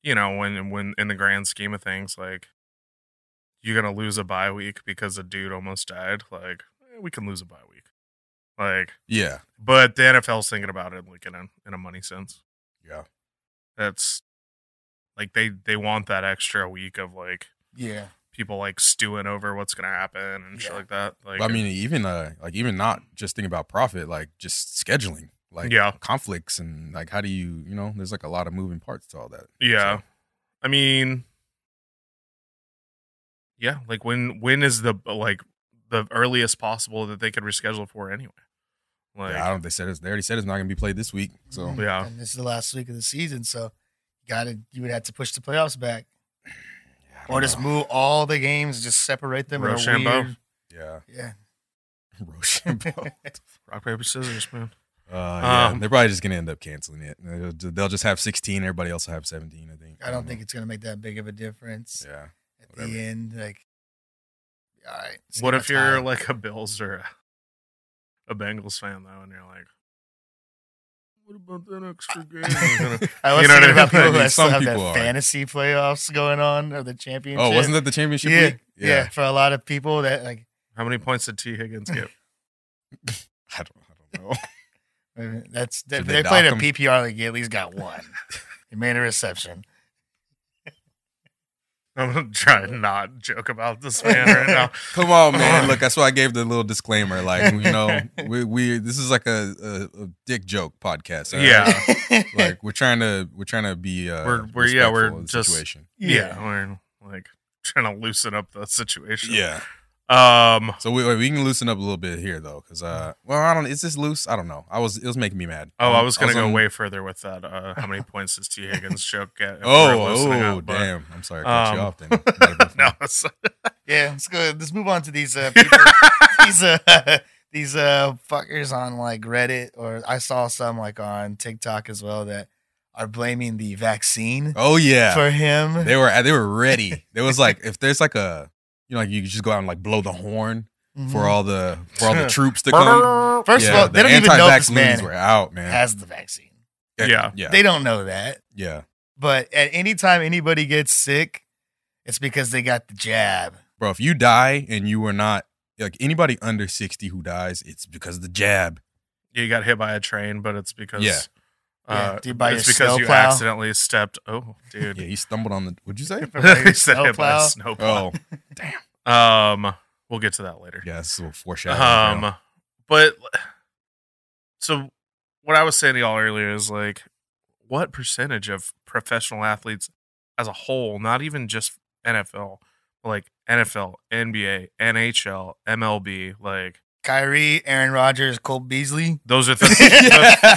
Speaker 1: you know, when when in the grand scheme of things, like you're gonna lose a bye week because a dude almost died. Like eh, we can lose a bye week. Like,
Speaker 2: yeah,
Speaker 1: but the NFL's thinking about it like in a in a money sense.
Speaker 2: yeah,
Speaker 1: That's like they they want that extra week of like
Speaker 3: Yeah,
Speaker 1: people like stewing over what's gonna happen and shit
Speaker 3: Yeah.
Speaker 1: like that. Like,
Speaker 2: Well, I mean, even uh, like even not just think about profit, like just scheduling, like
Speaker 1: Yeah.
Speaker 2: conflicts and like how do you, you know, there's like a lot of moving parts to all that.
Speaker 1: Yeah.
Speaker 2: So-
Speaker 1: I mean Yeah, like when when is the like the earliest possible that they could reschedule for anyway? Like
Speaker 2: yeah, I don't. They said it's. They already said it's not gonna be played this week. So
Speaker 3: Mhm.
Speaker 1: Yeah.
Speaker 3: And this is the last week of the season, so got to you would have to push the playoffs back,
Speaker 2: I don't
Speaker 3: or just
Speaker 2: know.
Speaker 3: move all the games, just separate them. in a
Speaker 1: Rochambeau?
Speaker 3: weird-
Speaker 2: Yeah,
Speaker 3: Yeah,
Speaker 2: Rochambeau. uh,
Speaker 1: rock paper scissors, man.
Speaker 2: yeah.
Speaker 1: Um,
Speaker 2: they're probably just gonna end up canceling it. They'll ju- They'll just have 16. Everybody else will have 17. I think.
Speaker 3: I don't think
Speaker 2: know.
Speaker 3: it's gonna make that big of a difference
Speaker 2: Yeah.
Speaker 3: at
Speaker 2: whatever.
Speaker 3: the end. Like, all right. it's
Speaker 1: What
Speaker 3: kinda
Speaker 1: if you're
Speaker 3: tight.
Speaker 1: like a Bills or a, a Bengals fan though, and you're like, what about that extra game? We're gonna-
Speaker 3: I was
Speaker 1: You
Speaker 3: thinking
Speaker 1: know what I
Speaker 3: about
Speaker 1: mean?
Speaker 3: people who
Speaker 2: Like,
Speaker 3: have, still
Speaker 2: some
Speaker 3: have
Speaker 2: people
Speaker 3: that
Speaker 2: are.
Speaker 3: fantasy playoffs going on or the championship.
Speaker 2: Oh, wasn't that the championship
Speaker 3: yeah,
Speaker 2: week?
Speaker 3: yeah, for a lot of people that like
Speaker 1: How many points did T Higgins get?
Speaker 2: I don't. I don't know.
Speaker 3: uh, that's they,
Speaker 2: Did
Speaker 3: they,
Speaker 2: they
Speaker 3: played
Speaker 2: dock
Speaker 3: a
Speaker 2: 'em?
Speaker 3: PPR league. You at least got one. he made a reception.
Speaker 1: I'm gonna try and not joke about this man right now.
Speaker 2: Come on, man. Look, that's why I gave the little disclaimer. Like, you know, we, we this is like a, a, a dick joke podcast. all right?
Speaker 1: Yeah.
Speaker 2: like we're trying to we're trying to be uh,
Speaker 1: We're- we're- yeah,
Speaker 2: respectful
Speaker 1: we're
Speaker 2: of the
Speaker 1: just-
Speaker 2: situation.
Speaker 1: Yeah, we're like trying to loosen up the situation.
Speaker 2: Yeah.
Speaker 1: Um.
Speaker 2: So we we can loosen up a little bit here though, because uh, well, I don't. Is this loose? I don't know. I was it Um, was making me mad.
Speaker 1: Oh, I was gonna go
Speaker 2: on-
Speaker 1: way further with that. Uh, how many points does T Higgins joke get? if
Speaker 2: Oh,
Speaker 1: we're loosening
Speaker 2: oh,
Speaker 1: up, but-
Speaker 2: damn! I'm sorry, I cut you
Speaker 1: Um,
Speaker 2: off. Then Might have been
Speaker 1: no,
Speaker 2: fun.
Speaker 1: it's-
Speaker 3: yeah, let's go. Let's move on to these uh, people, these uh, these uh, fuckers on like Reddit or I saw some like on TikTok as well that are blaming the vaccine
Speaker 2: Oh yeah,
Speaker 3: for him.
Speaker 2: they were they were ready. There was like if there's like a you know like you could just go out and like blow the horn
Speaker 3: Mhm.
Speaker 1: Mm-hmm.
Speaker 2: for all the for all the troops to come.
Speaker 3: First
Speaker 2: yeah,
Speaker 3: of all,
Speaker 2: the
Speaker 3: they don't even know
Speaker 2: anti-vax
Speaker 3: this
Speaker 2: loonies
Speaker 3: man
Speaker 2: were out, man.
Speaker 3: has the vaccine.
Speaker 1: Yeah.
Speaker 2: yeah,
Speaker 3: They don't know that.
Speaker 2: yeah,
Speaker 3: But at any time anybody gets sick, it's because they got the jab.
Speaker 2: bro. If you die and you were not like anybody under sixty who dies, it's because of the jab.
Speaker 1: you got hit by a train, but it's because
Speaker 2: Yeah.
Speaker 1: Uh,
Speaker 3: Yeah, by
Speaker 1: it's
Speaker 3: a
Speaker 1: because you
Speaker 3: snowplow.
Speaker 1: accidentally stepped. Oh,
Speaker 2: Yeah,
Speaker 1: dude,
Speaker 2: he stumbled on the. What'd you say?
Speaker 1: he said hit by a
Speaker 3: Snowplow.
Speaker 1: snowplow.
Speaker 2: Oh,
Speaker 1: Um, we'll get to that later.
Speaker 2: yeah, this is a little foreshadowing.
Speaker 1: Um,
Speaker 2: bro.
Speaker 1: but so what I was saying to y'all earlier is like, what percentage of professional athletes as a whole, not even just NFL, but like NFL, NBA, NHL, MLB, like
Speaker 3: Kyrie, Aaron Rodgers, Cole Beasley.
Speaker 1: those are the,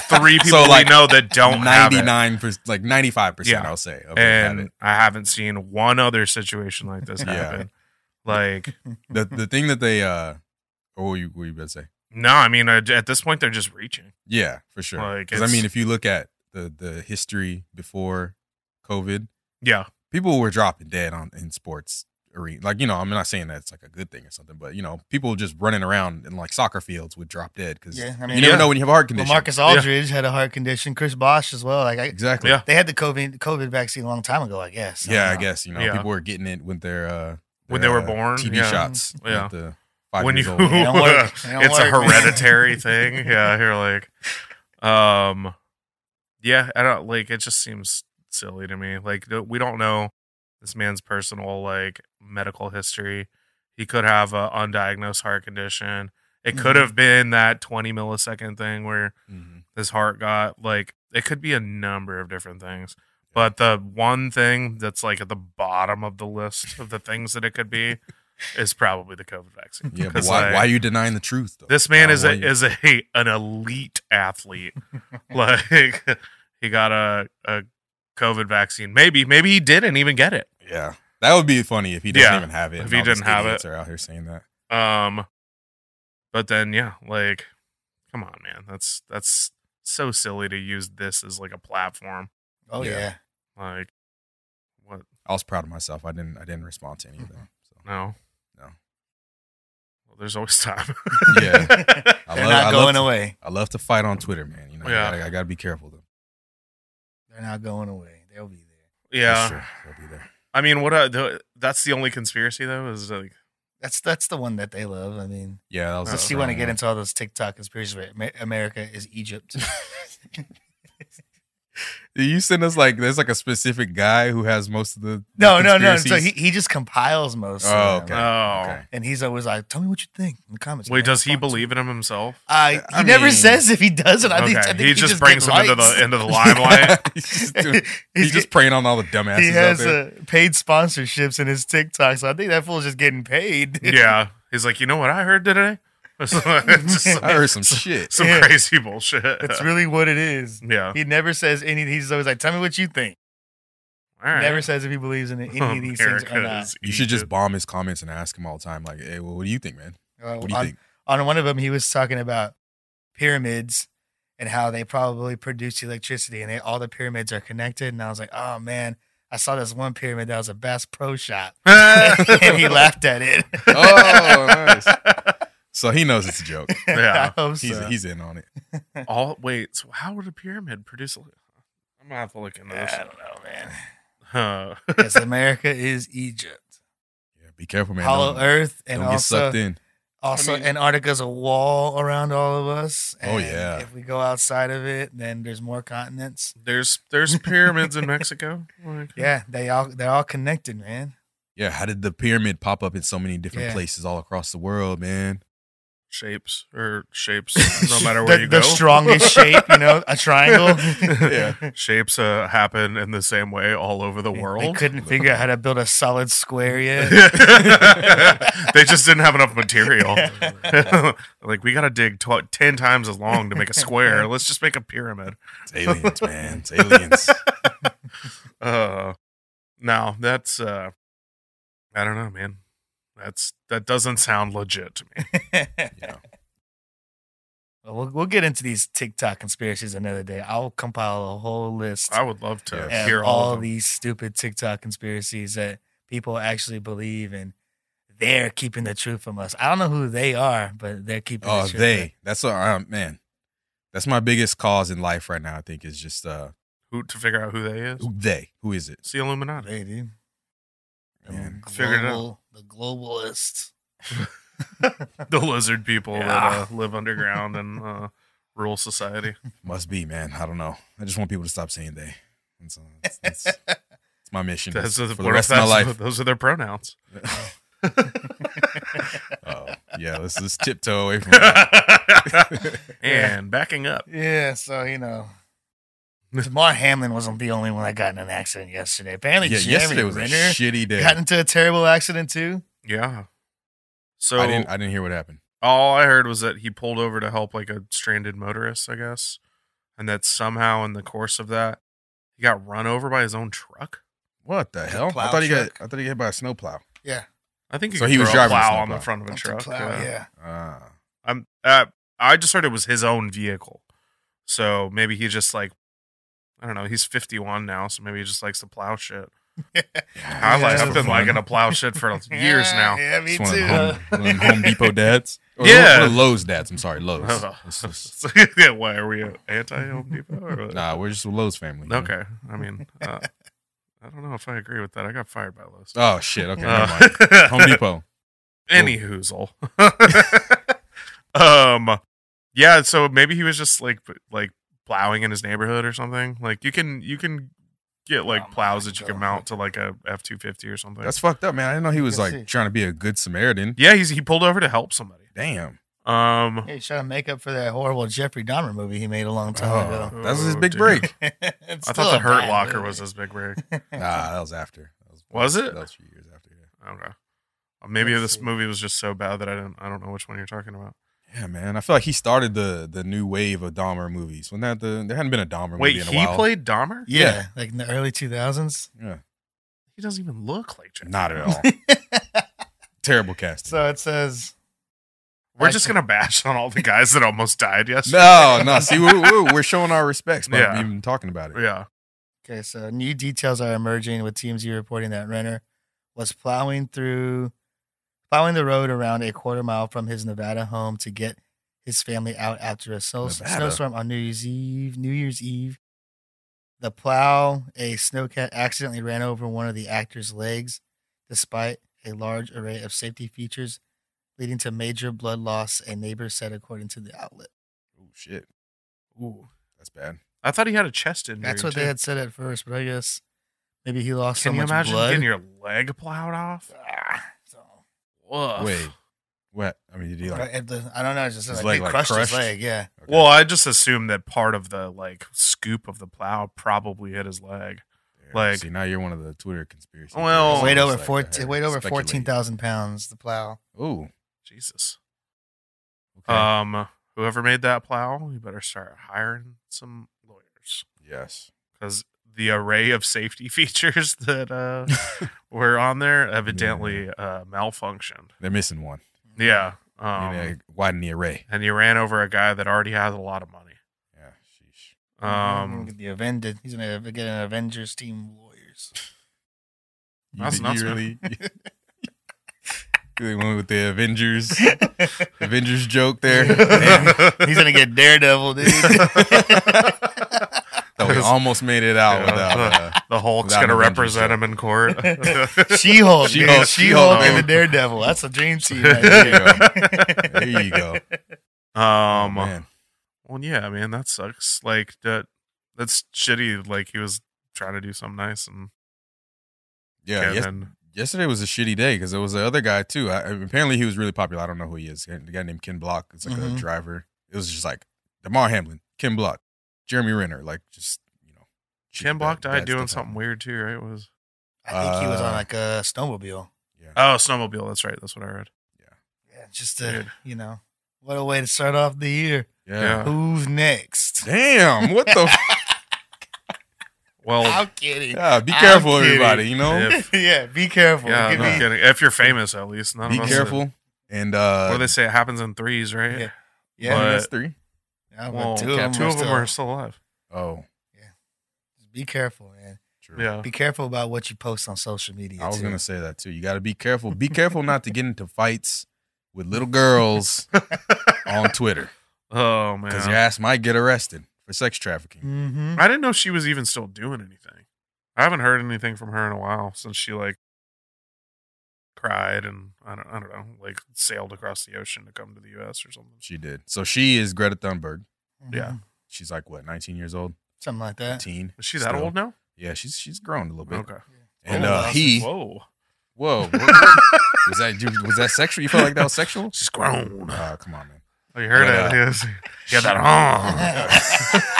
Speaker 1: the three
Speaker 2: So,
Speaker 1: people
Speaker 2: like,
Speaker 1: we know that don't have it.
Speaker 2: 99 percent, like 95 percent.
Speaker 1: Yeah.
Speaker 2: I'll say. of them have
Speaker 1: And
Speaker 2: it.
Speaker 1: I haven't seen one other situation like this
Speaker 2: Yeah.
Speaker 1: happen. Like,
Speaker 2: the the thing that they uh, or what you what you better say?
Speaker 1: no, I mean, at at this point, they're just reaching.
Speaker 2: Yeah, for sure.
Speaker 1: Like,
Speaker 2: Because
Speaker 1: it's-
Speaker 2: I mean, if you look at the the history before COVID,
Speaker 1: Yeah.
Speaker 2: people were dropping dead on in sports arena. Like, you know, I'm not saying that it's like a good thing or something, but you know, people just running around in like soccer fields would drop dead because
Speaker 3: Yeah, I
Speaker 2: you
Speaker 3: mean,
Speaker 2: never
Speaker 1: yeah.
Speaker 2: know when you have a heart condition.
Speaker 3: Marcus Aldridge had a heart condition. Chris Bosch as well. Like I,
Speaker 2: exactly.
Speaker 1: Yeah.
Speaker 3: they had the COVID COVID vaccine a long time ago. I guess.
Speaker 2: Yeah, I
Speaker 3: don't know.
Speaker 2: guess you know
Speaker 1: Yeah.
Speaker 2: people were getting it with their uh,
Speaker 1: When
Speaker 2: their,
Speaker 1: they were
Speaker 2: uh,
Speaker 1: born,
Speaker 2: TB
Speaker 1: yeah.
Speaker 2: shots.
Speaker 1: Yeah.
Speaker 2: at the five
Speaker 1: when
Speaker 2: years
Speaker 1: you
Speaker 2: old.
Speaker 3: They don't work. They don't
Speaker 1: it's a
Speaker 3: work, man.
Speaker 1: hereditary thing yeah you're like um yeah i don't like it just seems silly to me like th- we don't know this man's personal like medical history he could have a undiagnosed heart condition it could
Speaker 3: Mhm.
Speaker 1: have been that 20 millisecond thing where
Speaker 2: Mhm.
Speaker 1: his heart got like it could be a number of different things but the one thing that's like at the bottom of the list of the things that it could be is probably the covid vaccine
Speaker 2: Yeah, but
Speaker 1: 'Cause,
Speaker 2: why,
Speaker 1: like,
Speaker 2: why are you denying the truth? Though?
Speaker 1: this man
Speaker 2: I
Speaker 1: is
Speaker 2: don't
Speaker 1: a,
Speaker 2: want you-
Speaker 1: is a an elite athlete. like he got a a COVID vaccine. Maybe maybe he didn't even get it.
Speaker 2: yeah. That would be funny if he doesn't
Speaker 1: Yeah,
Speaker 2: even have it.
Speaker 1: if
Speaker 2: and
Speaker 1: he
Speaker 2: all these
Speaker 1: didn't have
Speaker 2: idiots
Speaker 1: it.
Speaker 2: are out here saying that.
Speaker 1: Um, but then yeah, like come on, man, that's that's so silly to use this as like a platform.
Speaker 3: Oh
Speaker 2: Yeah.
Speaker 3: yeah.
Speaker 1: Like what?
Speaker 2: I was proud of myself. I didn't. I didn't respond to any of them. So
Speaker 1: No,
Speaker 2: No.
Speaker 1: Well, there's always time.
Speaker 2: Yeah. I
Speaker 3: They're
Speaker 2: love- I
Speaker 3: not
Speaker 2: love
Speaker 3: going
Speaker 2: to-
Speaker 3: away.
Speaker 2: I love to fight on Twitter, man. You know,
Speaker 1: Yeah.
Speaker 2: I, gotta, I gotta be careful though.
Speaker 3: They're not going away. They'll be there.
Speaker 1: yeah.
Speaker 2: I'll be there.
Speaker 1: I mean, what? Uh, the, that's the only conspiracy though. Is like
Speaker 3: That's that's the one that they love. I mean,
Speaker 2: Yeah, that was a
Speaker 1: Unless
Speaker 3: unless you want to
Speaker 2: strong
Speaker 3: get
Speaker 2: one.
Speaker 3: into all those TikTok conspiracies, where Amer- America is Egypt.
Speaker 2: You send us like there's like a specific guy who has most of the
Speaker 3: no,
Speaker 2: the
Speaker 3: no, no. So
Speaker 2: conspiracies?
Speaker 3: he, he just compiles most.
Speaker 2: Oh,
Speaker 3: of them.
Speaker 2: okay.
Speaker 1: oh.
Speaker 2: okay.
Speaker 3: And he's always like, "Tell me what you think in the comments."
Speaker 1: Wait,
Speaker 3: man.
Speaker 1: does he
Speaker 3: Fuck you."
Speaker 1: believe in him himself?
Speaker 3: I he
Speaker 2: I
Speaker 3: never
Speaker 2: mean-
Speaker 3: says if he doesn't. I think, I
Speaker 1: Okay,
Speaker 3: think
Speaker 1: he just brings
Speaker 3: gets
Speaker 1: him into
Speaker 3: likes.
Speaker 1: the into the limelight.
Speaker 2: he's just, doing- he's
Speaker 3: He's
Speaker 2: just preying on all the dumbasses
Speaker 3: he
Speaker 2: out
Speaker 3: has
Speaker 2: there.
Speaker 3: uh, paid sponsorships in his TikTok, so I think that fool's just getting paid.
Speaker 1: yeah, he's like, you know what I heard today? Just like
Speaker 2: I heard some shit.
Speaker 1: some
Speaker 3: Yeah.
Speaker 1: crazy bullshit.
Speaker 3: that's really what it is.
Speaker 1: yeah.
Speaker 3: He never says anything. He's always like, "Tell me what you think."
Speaker 1: All right.
Speaker 3: Never says if he believes in any of these things uh, or
Speaker 1: America
Speaker 3: not.
Speaker 1: Oh, is
Speaker 2: You should just
Speaker 1: Egypt.
Speaker 2: bomb his comments and ask him all the time, like, "Hey, well, what do you think, man?
Speaker 3: Uh,
Speaker 2: What do you
Speaker 3: on,
Speaker 2: think?"
Speaker 3: on one of them, he was talking about pyramids and how they probably produce electricity, and they, all the pyramids are connected. And I was like, "Oh man." I saw this one pyramid that was a Bass Pro Shop, and he laughed at it.
Speaker 2: Oh, nice. So he knows it's a joke.
Speaker 1: Yeah.
Speaker 3: I hope
Speaker 2: He's
Speaker 3: so.
Speaker 2: he's in on it.
Speaker 1: All wait. So how would a pyramid produce? ele- I'm gonna have to look into this.
Speaker 3: I don't know, man.
Speaker 1: Huh.
Speaker 3: Yes, America is Egypt,
Speaker 2: Yeah, be careful, man.
Speaker 3: Hollow
Speaker 2: don't,
Speaker 3: Earth, and
Speaker 2: don't get
Speaker 3: also
Speaker 2: sucked in.
Speaker 3: also
Speaker 1: I mean-
Speaker 3: Antarctica's a wall around all of us.
Speaker 2: Oh,
Speaker 3: and
Speaker 2: yeah.
Speaker 3: if we go outside of it, then there's more continents.
Speaker 1: There's there's pyramids in Mexico. Like,
Speaker 3: Yeah, they all they're all connected, man.
Speaker 2: Yeah, how did the pyramid pop up in so many different
Speaker 3: Yeah.
Speaker 2: places all across the world, man?
Speaker 1: Shapes or shapes, no matter where
Speaker 3: The,
Speaker 1: you
Speaker 3: the
Speaker 1: go.
Speaker 3: strongest shape, you know, a triangle.
Speaker 1: Yeah. Shapes uh, happen in the same way all over the world.
Speaker 3: They couldn't figure out how to build a solid square yet.
Speaker 1: they just didn't have enough material. like we got to dig tw- 10 times as long to make a square. Let's just make a pyramid.
Speaker 2: It's aliens, man. It's aliens.
Speaker 1: Uh now that's uh I don't know, man. That's that doesn't sound legit to me.
Speaker 2: Yeah.
Speaker 3: Well, we'll we'll get into these TikTok conspiracies another day. I'll compile a whole list.
Speaker 1: I would love to
Speaker 2: Yeah.
Speaker 1: hear
Speaker 3: of
Speaker 1: all,
Speaker 3: all
Speaker 1: of them.
Speaker 3: these stupid TikTok conspiracies that people actually believe and they're keeping the truth from us. I don't know who they are, but they're keeping
Speaker 2: Oh,
Speaker 3: the truth.
Speaker 2: they. That's what, uh, man. That's my biggest cause in life right now. I think is just uh,
Speaker 1: who to figure out who they is.
Speaker 2: who they. Who is it?
Speaker 1: It's the Illuminati.
Speaker 3: Oh, They do. The
Speaker 2: Man.
Speaker 1: Figure it out.
Speaker 3: global, the globalists.
Speaker 1: The lizard people
Speaker 3: Yeah.
Speaker 1: that uh, live underground and uh rural society.
Speaker 2: Must be, man. I don't know. I just want people to stop saying they. That's, uh, that's, that's, that's my mission
Speaker 1: That's
Speaker 2: for the
Speaker 1: what if
Speaker 2: rest of my
Speaker 1: that's-
Speaker 2: life.
Speaker 1: Those are their pronouns.
Speaker 2: oh, yeah, let's let's tiptoe away from that.
Speaker 1: and backing up.
Speaker 3: Yeah, so you know. Damar Hamlin wasn't the only one that got in an accident yesterday. Apparently,
Speaker 2: Yeah,
Speaker 3: Jeremy
Speaker 2: yesterday was a
Speaker 3: Renner
Speaker 2: shitty day.
Speaker 3: got into a terrible accident too.
Speaker 1: Yeah. So
Speaker 2: I didn't I didn't hear what happened.
Speaker 1: all I heard was that he pulled over to help like a stranded motorist, I guess, and that somehow in the course of that he got run over by his own truck.
Speaker 2: What the hell? I
Speaker 3: plow
Speaker 2: thought he got
Speaker 3: truck.
Speaker 2: I thought he got hit by a snowplow.
Speaker 1: I think
Speaker 2: So
Speaker 1: could
Speaker 2: he was
Speaker 1: throw a
Speaker 2: driving a
Speaker 1: plow
Speaker 2: snowplow.
Speaker 1: on the front of a truck.
Speaker 3: Plow,
Speaker 1: yeah.
Speaker 3: yeah.
Speaker 2: Ah.
Speaker 1: I'm. Uh, I just heard it was his own vehicle, so maybe he just like I don't know. He's 51 now, so maybe he just likes to plow shit. I like,
Speaker 2: Just
Speaker 1: I've
Speaker 2: for
Speaker 1: been
Speaker 2: fun.
Speaker 1: liking to plow shit for years now.
Speaker 3: Yeah, me
Speaker 2: It's one of the
Speaker 3: too.
Speaker 2: Home, one of the Home Depot dads. Or
Speaker 1: Yeah. Oh.
Speaker 2: one of Lowe's dads. I'm sorry, Lowe's. It's just-
Speaker 1: yeah, why are we anti Home Depot? Or what?
Speaker 2: nah, we're just a Lowe's family. you know?
Speaker 1: Okay, I mean, uh, I don't know if I agree with that. I got fired by Lowe's.
Speaker 2: Oh shit. Okay.
Speaker 1: Uh,
Speaker 2: never mind. Home Depot.
Speaker 1: Any hoozle. um, yeah. So maybe he was just like p- like plowing in his neighborhood or something. Like you can you can get like
Speaker 3: Oh my
Speaker 1: plows that you can
Speaker 3: God.
Speaker 1: mount to like a F two fifty or something.
Speaker 2: That's fucked up, man. I didn't know he was
Speaker 3: Let's see.
Speaker 2: like trying to be a good Samaritan.
Speaker 1: yeah. He's he pulled over to help somebody.
Speaker 2: Damn.
Speaker 1: Um,
Speaker 3: He's trying to make up for that horrible Jeffrey Dahmer movie he made a long time
Speaker 2: Oh,
Speaker 3: ago.
Speaker 2: that was his
Speaker 1: Oh,
Speaker 2: big
Speaker 1: dude.
Speaker 2: break.
Speaker 3: It's still
Speaker 1: I thought the
Speaker 3: a
Speaker 1: Hurt
Speaker 3: bad
Speaker 1: Locker
Speaker 3: movie.
Speaker 1: was his big break.
Speaker 2: Nah, that was after. That
Speaker 1: Was it?
Speaker 2: That was a few years after. Yeah.
Speaker 1: Okay. Maybe
Speaker 3: Let's
Speaker 1: this
Speaker 3: see.
Speaker 1: movie was just so bad that I don't I don't know which one you're talking about.
Speaker 2: Yeah, man. I feel like he started the the new wave of Dahmer movies. When that the there hadn't been a Dahmer
Speaker 1: Wait,
Speaker 2: movie in a
Speaker 1: he
Speaker 2: while.
Speaker 1: played Dahmer?
Speaker 3: yeah,
Speaker 2: Yeah.
Speaker 3: like in the early 2000s.
Speaker 2: Yeah.
Speaker 1: He doesn't even look like Jack.
Speaker 2: Not at all. Terrible casting.
Speaker 3: so it says
Speaker 1: We're just gonna bash on all the guys that almost died yesterday.
Speaker 2: no, no. See, we're, we're, we're showing our respects by
Speaker 1: Yeah.
Speaker 2: even talking about it.
Speaker 1: Yeah.
Speaker 3: Okay, so new details are emerging with TMZ reporting that Renner was plowing through plowing the road around a quarter mile from his Nevada home to get his family out after a snow,
Speaker 2: Nevada?
Speaker 3: snowstorm on New Year's Eve. New Year's Eve, the plow, a snowcat, accidentally ran over one of the actor's legs, despite a large array of safety features, leading to major blood loss. A neighbor said, according to the outlet.
Speaker 2: Oh shit,
Speaker 1: Ooh.
Speaker 2: that's bad.
Speaker 1: I thought he had a chest injury.
Speaker 3: That's what
Speaker 1: too.
Speaker 3: they had said at first, but I guess maybe he lost so
Speaker 1: Can you
Speaker 3: much
Speaker 1: imagine
Speaker 3: blood.
Speaker 1: getting your leg plowed off?
Speaker 3: Ah, so
Speaker 1: Ugh.
Speaker 2: Wait, what? I mean, did he like?
Speaker 3: Right, at the- I don't know. It's just
Speaker 2: His
Speaker 3: like
Speaker 2: leg,
Speaker 3: they
Speaker 2: like,
Speaker 3: crushed,
Speaker 2: crushed?
Speaker 3: his leg. Yeah,
Speaker 2: okay.
Speaker 1: Well, I just assumed that part of the like scoop of the plow probably hit his leg.
Speaker 2: Yeah,
Speaker 1: like-
Speaker 2: see, now you're one of the Twitter conspiracy.
Speaker 1: Well-
Speaker 2: theorists.
Speaker 3: weighed
Speaker 2: It's
Speaker 3: over
Speaker 2: like,
Speaker 3: fourteen.
Speaker 2: uh,
Speaker 3: Weighed over
Speaker 2: speculate.
Speaker 3: fourteen thousand pounds. The plow.
Speaker 2: Ooh,
Speaker 1: Jesus.
Speaker 2: okay.
Speaker 1: Um, whoever made that plow, you better start hiring some lawyers
Speaker 2: yes.
Speaker 1: because the array of safety features that uh, were on there evidently uh, malfunctioned.
Speaker 2: They're missing one.
Speaker 1: Yeah.
Speaker 2: Maybe
Speaker 1: Um,
Speaker 2: they widen the array.
Speaker 1: and you ran over a guy that already has a lot of money.
Speaker 2: Yeah. Sheesh.
Speaker 1: Um,
Speaker 3: the Avengers. He's gonna get an Avengers team. Warriors.
Speaker 2: You,
Speaker 1: That's nuts,
Speaker 2: you
Speaker 1: man.
Speaker 2: really. They went with the Avengers, Avengers joke there. Damn.
Speaker 3: He's gonna get Daredevil, dude.
Speaker 2: Thought we almost made it out
Speaker 1: Yeah.
Speaker 2: without. Uh,
Speaker 1: the Hulk's
Speaker 2: Without
Speaker 1: gonna
Speaker 2: an
Speaker 1: represent
Speaker 2: Avenger
Speaker 1: him in court.
Speaker 3: she Hulk, she Hulk,
Speaker 2: She-Hulk,
Speaker 3: she Hulk,
Speaker 1: She-Hulk.
Speaker 3: and the Daredevil. That's a dream team. Right
Speaker 2: There
Speaker 3: there.
Speaker 2: there you go. Oh,
Speaker 1: um,
Speaker 2: man.
Speaker 1: well, yeah, man, that sucks. Like that, that's shitty. Like he was trying to do something nice, and
Speaker 2: Yeah. Yes,
Speaker 1: Kevin-
Speaker 2: yesterday was a shitty day because there was the other guy too. I, apparently, he was really popular. I don't know who he is. The guy named Ken Block. It's like
Speaker 3: Mhm.
Speaker 2: a driver. It was just like Damar Hamlin, Ken Block, Jeremy Renner. Like just you know, shit
Speaker 1: Ken Block
Speaker 2: that-
Speaker 1: died
Speaker 2: bad
Speaker 1: doing
Speaker 2: stuff
Speaker 1: something
Speaker 2: happened.
Speaker 1: weird too, right? Was
Speaker 3: I think he was on
Speaker 2: Uh,
Speaker 3: like a snowmobile.
Speaker 1: oh snowmobile. That's right. That's what I read.
Speaker 3: Yeah, just to,
Speaker 1: Dude.
Speaker 3: you know, what a way to start off the year.
Speaker 2: Yeah.
Speaker 1: Yeah.
Speaker 3: Who's next?
Speaker 2: Damn. What the? f-
Speaker 1: Well,
Speaker 3: I'm kidding.
Speaker 2: yeah, be
Speaker 3: I'm
Speaker 2: careful,
Speaker 3: kidding.
Speaker 2: everybody. You know,
Speaker 1: if,
Speaker 3: yeah, be careful.
Speaker 1: yeah,
Speaker 3: Give
Speaker 1: no
Speaker 3: me-
Speaker 1: kidding. If you're famous, at least none
Speaker 2: be
Speaker 1: of us-
Speaker 2: careful. And
Speaker 1: What do they
Speaker 2: uh,
Speaker 1: say? It happens in threes,
Speaker 3: Yeah.
Speaker 1: right?
Speaker 2: I
Speaker 3: yeah,
Speaker 2: mean,
Speaker 1: but-
Speaker 2: that's three.
Speaker 3: yeah, but
Speaker 1: Well,
Speaker 3: two, of them,
Speaker 1: them
Speaker 3: are
Speaker 1: are
Speaker 3: still-
Speaker 1: still alive.
Speaker 2: Oh,
Speaker 3: Be careful, man.
Speaker 2: true.
Speaker 1: Yeah.
Speaker 3: Be careful about what you post on social media.
Speaker 2: I was
Speaker 3: too.
Speaker 2: gonna say that too. You got to be careful. Be careful not to get into fights with little girls on Twitter.
Speaker 1: Oh man.
Speaker 2: because your ass might get arrested for sex trafficking.
Speaker 3: Mhm.
Speaker 1: I didn't know she was even still doing anything. I haven't heard anything from her in a while since she like cried and I don't I don't know, like sailed across the ocean to come to the US or something.
Speaker 2: She did. So she is Greta Thunberg.
Speaker 3: Mhm.
Speaker 1: yeah.
Speaker 2: She's like what, 19 years old,
Speaker 3: Something like that.
Speaker 2: teen.
Speaker 1: Is she that
Speaker 2: Still.
Speaker 1: old now?
Speaker 2: Yeah, she's she's grown a little bit.
Speaker 1: Okay.
Speaker 2: And
Speaker 3: Oh,
Speaker 2: uh,
Speaker 3: wow.
Speaker 2: he,
Speaker 1: Whoa.
Speaker 2: whoa, what- what- was that dude- was that sexual? You felt like that was sexual?
Speaker 1: She's grown.
Speaker 2: Uh, come on, man.
Speaker 1: Oh, you heard
Speaker 2: But,
Speaker 1: it. Yes. yeah, that huh.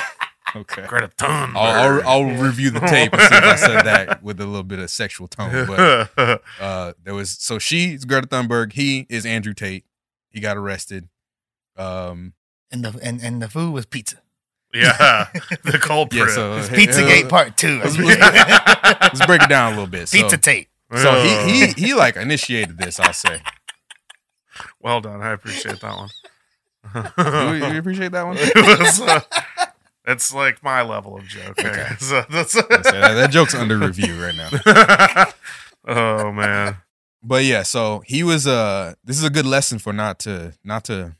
Speaker 2: Okay.
Speaker 1: Greta Thunberg.
Speaker 2: I'll, I'll, I'll review the tape and see if I said that with a little bit of sexual tone. But uh, there was so she's Greta Thunberg. He is Andrew Tate. He got arrested. Um,
Speaker 3: And the and, and the food was pizza.
Speaker 1: yeah. The culprit.
Speaker 2: yeah. So
Speaker 3: It's Pizza Gate Part Two.
Speaker 2: Let's- Let's break it down a little bit. So-
Speaker 3: pizza tape.
Speaker 2: So he he he like initiated this. I'll say.
Speaker 1: Well done. I appreciate that one.
Speaker 2: You, you appreciate that one?
Speaker 1: it was uh, That's like my level of joke. I
Speaker 2: Okay.
Speaker 1: guess. So that's-
Speaker 2: So that, that joke's under review right now.
Speaker 1: oh man.
Speaker 2: But yeah, so he was. Uh, this is a good lesson for not to not to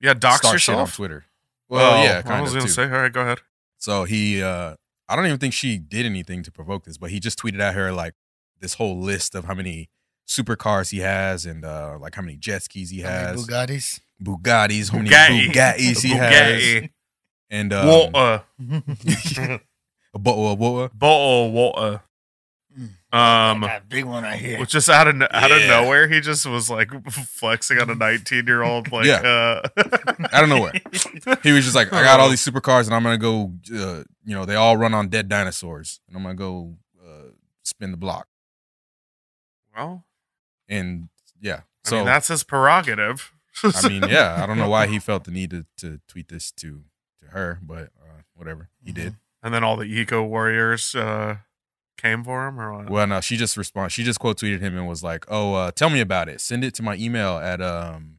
Speaker 1: Yeah, dox
Speaker 2: stalk shit on
Speaker 1: yourself.
Speaker 2: Twitter. Well,
Speaker 1: Oh,
Speaker 2: yeah,
Speaker 1: I
Speaker 2: kind
Speaker 1: was
Speaker 2: of
Speaker 1: gonna
Speaker 2: too.
Speaker 1: say. All right, go ahead.
Speaker 2: So he, uh, I don't even think she did anything to provoke this, but he just tweeted at her like this whole list of how many supercars he has and uh, like how many jet skis he
Speaker 3: How many
Speaker 2: has,
Speaker 3: Bugattis.
Speaker 2: Bugattis, how many
Speaker 1: Bugatti.
Speaker 2: Bugattis he has,
Speaker 1: Bugatti.
Speaker 2: and um,
Speaker 1: Water.
Speaker 2: a bo- a bo-
Speaker 1: Bottle of water. Um,
Speaker 3: Mm. I got a big one right here.
Speaker 1: was just out of out of
Speaker 2: Yeah.
Speaker 1: nowhere. He just was like flexing on a nineteen year old. Like, uh,
Speaker 2: I don't know where. He was just like, I got all
Speaker 1: Oh.
Speaker 2: these supercars and I'm gonna go. Uh, you know, they all run on dead dinosaurs, and I'm gonna go uh, spin the block.
Speaker 1: well,
Speaker 2: And yeah,
Speaker 1: I
Speaker 2: so
Speaker 1: mean that's his prerogative.
Speaker 2: I mean, yeah, I don't know why he felt the need to, to tweet this to to her, but uh, whatever he did.
Speaker 1: and then all the eco warriors uh, came for him, or what?
Speaker 2: Well, no, she just responded. She just quote tweeted him and was like, "Oh, uh, tell me about it. Send it to my email at um,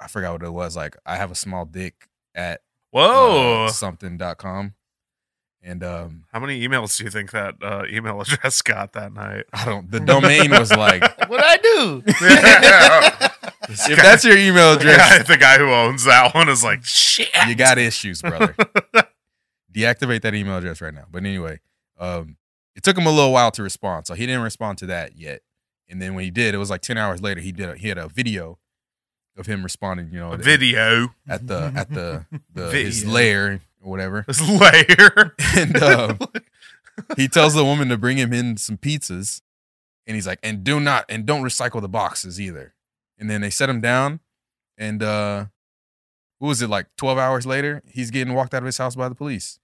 Speaker 2: I forgot what it was. Like, I have a small dick at
Speaker 1: Whoa!
Speaker 2: uh, something dot com, and um,
Speaker 1: How many emails do you think that uh, email address got that night?
Speaker 2: I don't. The domain was like,
Speaker 3: What I do?
Speaker 1: This
Speaker 2: if
Speaker 1: guy-
Speaker 2: that's your email
Speaker 1: the guy,
Speaker 2: address,
Speaker 1: the guy who owns that one is like, shit.
Speaker 2: you got issues, brother. Deactivate that email address right now. But anyway, um, it took him a little while to respond, so he didn't respond to that yet. And then when he did, it was like ten hours later. He did. A, he had a video of him responding. You know,
Speaker 1: A
Speaker 2: and-
Speaker 1: video,
Speaker 2: at the at the, the his
Speaker 1: Video.
Speaker 2: lair or whatever,
Speaker 1: this layer.
Speaker 2: and um, he tells the woman to bring him in some pizzas, and he's like, "And do not and don't recycle the boxes either." And then they set him down, and uh, what was it like? Twelve hours later, he's getting walked out of his house by the police.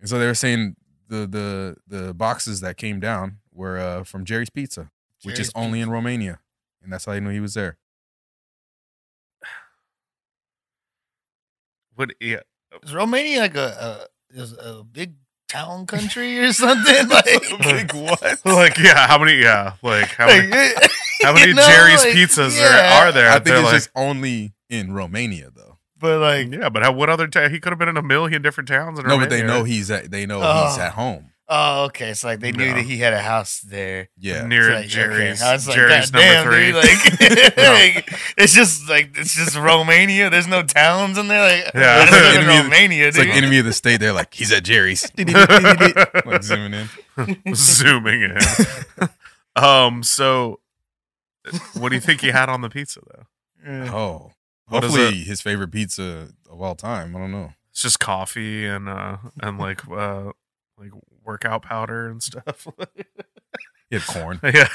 Speaker 2: And so they were saying the the the boxes that came down were uh, from Jerry's Pizza, which is
Speaker 3: Jerry's
Speaker 2: only in Romania, and that's how they knew he was there.
Speaker 1: Would yeah,
Speaker 3: Is Romania like a, a is a big town country or something? Like,
Speaker 1: Big
Speaker 3: what?
Speaker 1: like yeah? How many yeah? Like how many? How many
Speaker 3: You know,
Speaker 1: Jerry's
Speaker 3: like,
Speaker 1: pizzas
Speaker 3: yeah.
Speaker 1: are, are there?
Speaker 2: I think
Speaker 1: They're
Speaker 2: it's
Speaker 1: like,
Speaker 2: just only in Romania though.
Speaker 3: But like,
Speaker 1: yeah, but how, what other town? He could have been in a million different towns. In
Speaker 2: No, but they
Speaker 1: Romania.
Speaker 2: know he's at. They know he's
Speaker 3: Oh.
Speaker 2: at home.
Speaker 3: oh, okay. It's like they knew
Speaker 1: No.
Speaker 3: that he had a house there.
Speaker 2: Yeah,
Speaker 1: near
Speaker 3: It's like, okay.
Speaker 1: Jerry's.
Speaker 3: I was like,
Speaker 1: Jerry's
Speaker 3: God
Speaker 1: number
Speaker 3: damn,
Speaker 1: three.
Speaker 3: dude, like,
Speaker 1: No.
Speaker 3: like, it's just like it's just Romania. There's no towns in there. Like,
Speaker 1: Yeah.
Speaker 3: yeah,
Speaker 2: Enemy of the-
Speaker 3: Romania,
Speaker 2: it's
Speaker 3: dude.
Speaker 2: like enemy of the state. They're like he's at Jerry's. like zooming in.
Speaker 1: Zooming in. um. So, what do you think he had on the pizza though?
Speaker 3: Yeah.
Speaker 2: Oh,
Speaker 1: What is
Speaker 2: hopefully his favorite pizza of all time. I don't know.
Speaker 1: It's just coffee and uh and like uh like workout powder and stuff.
Speaker 2: He had corn.
Speaker 1: yeah.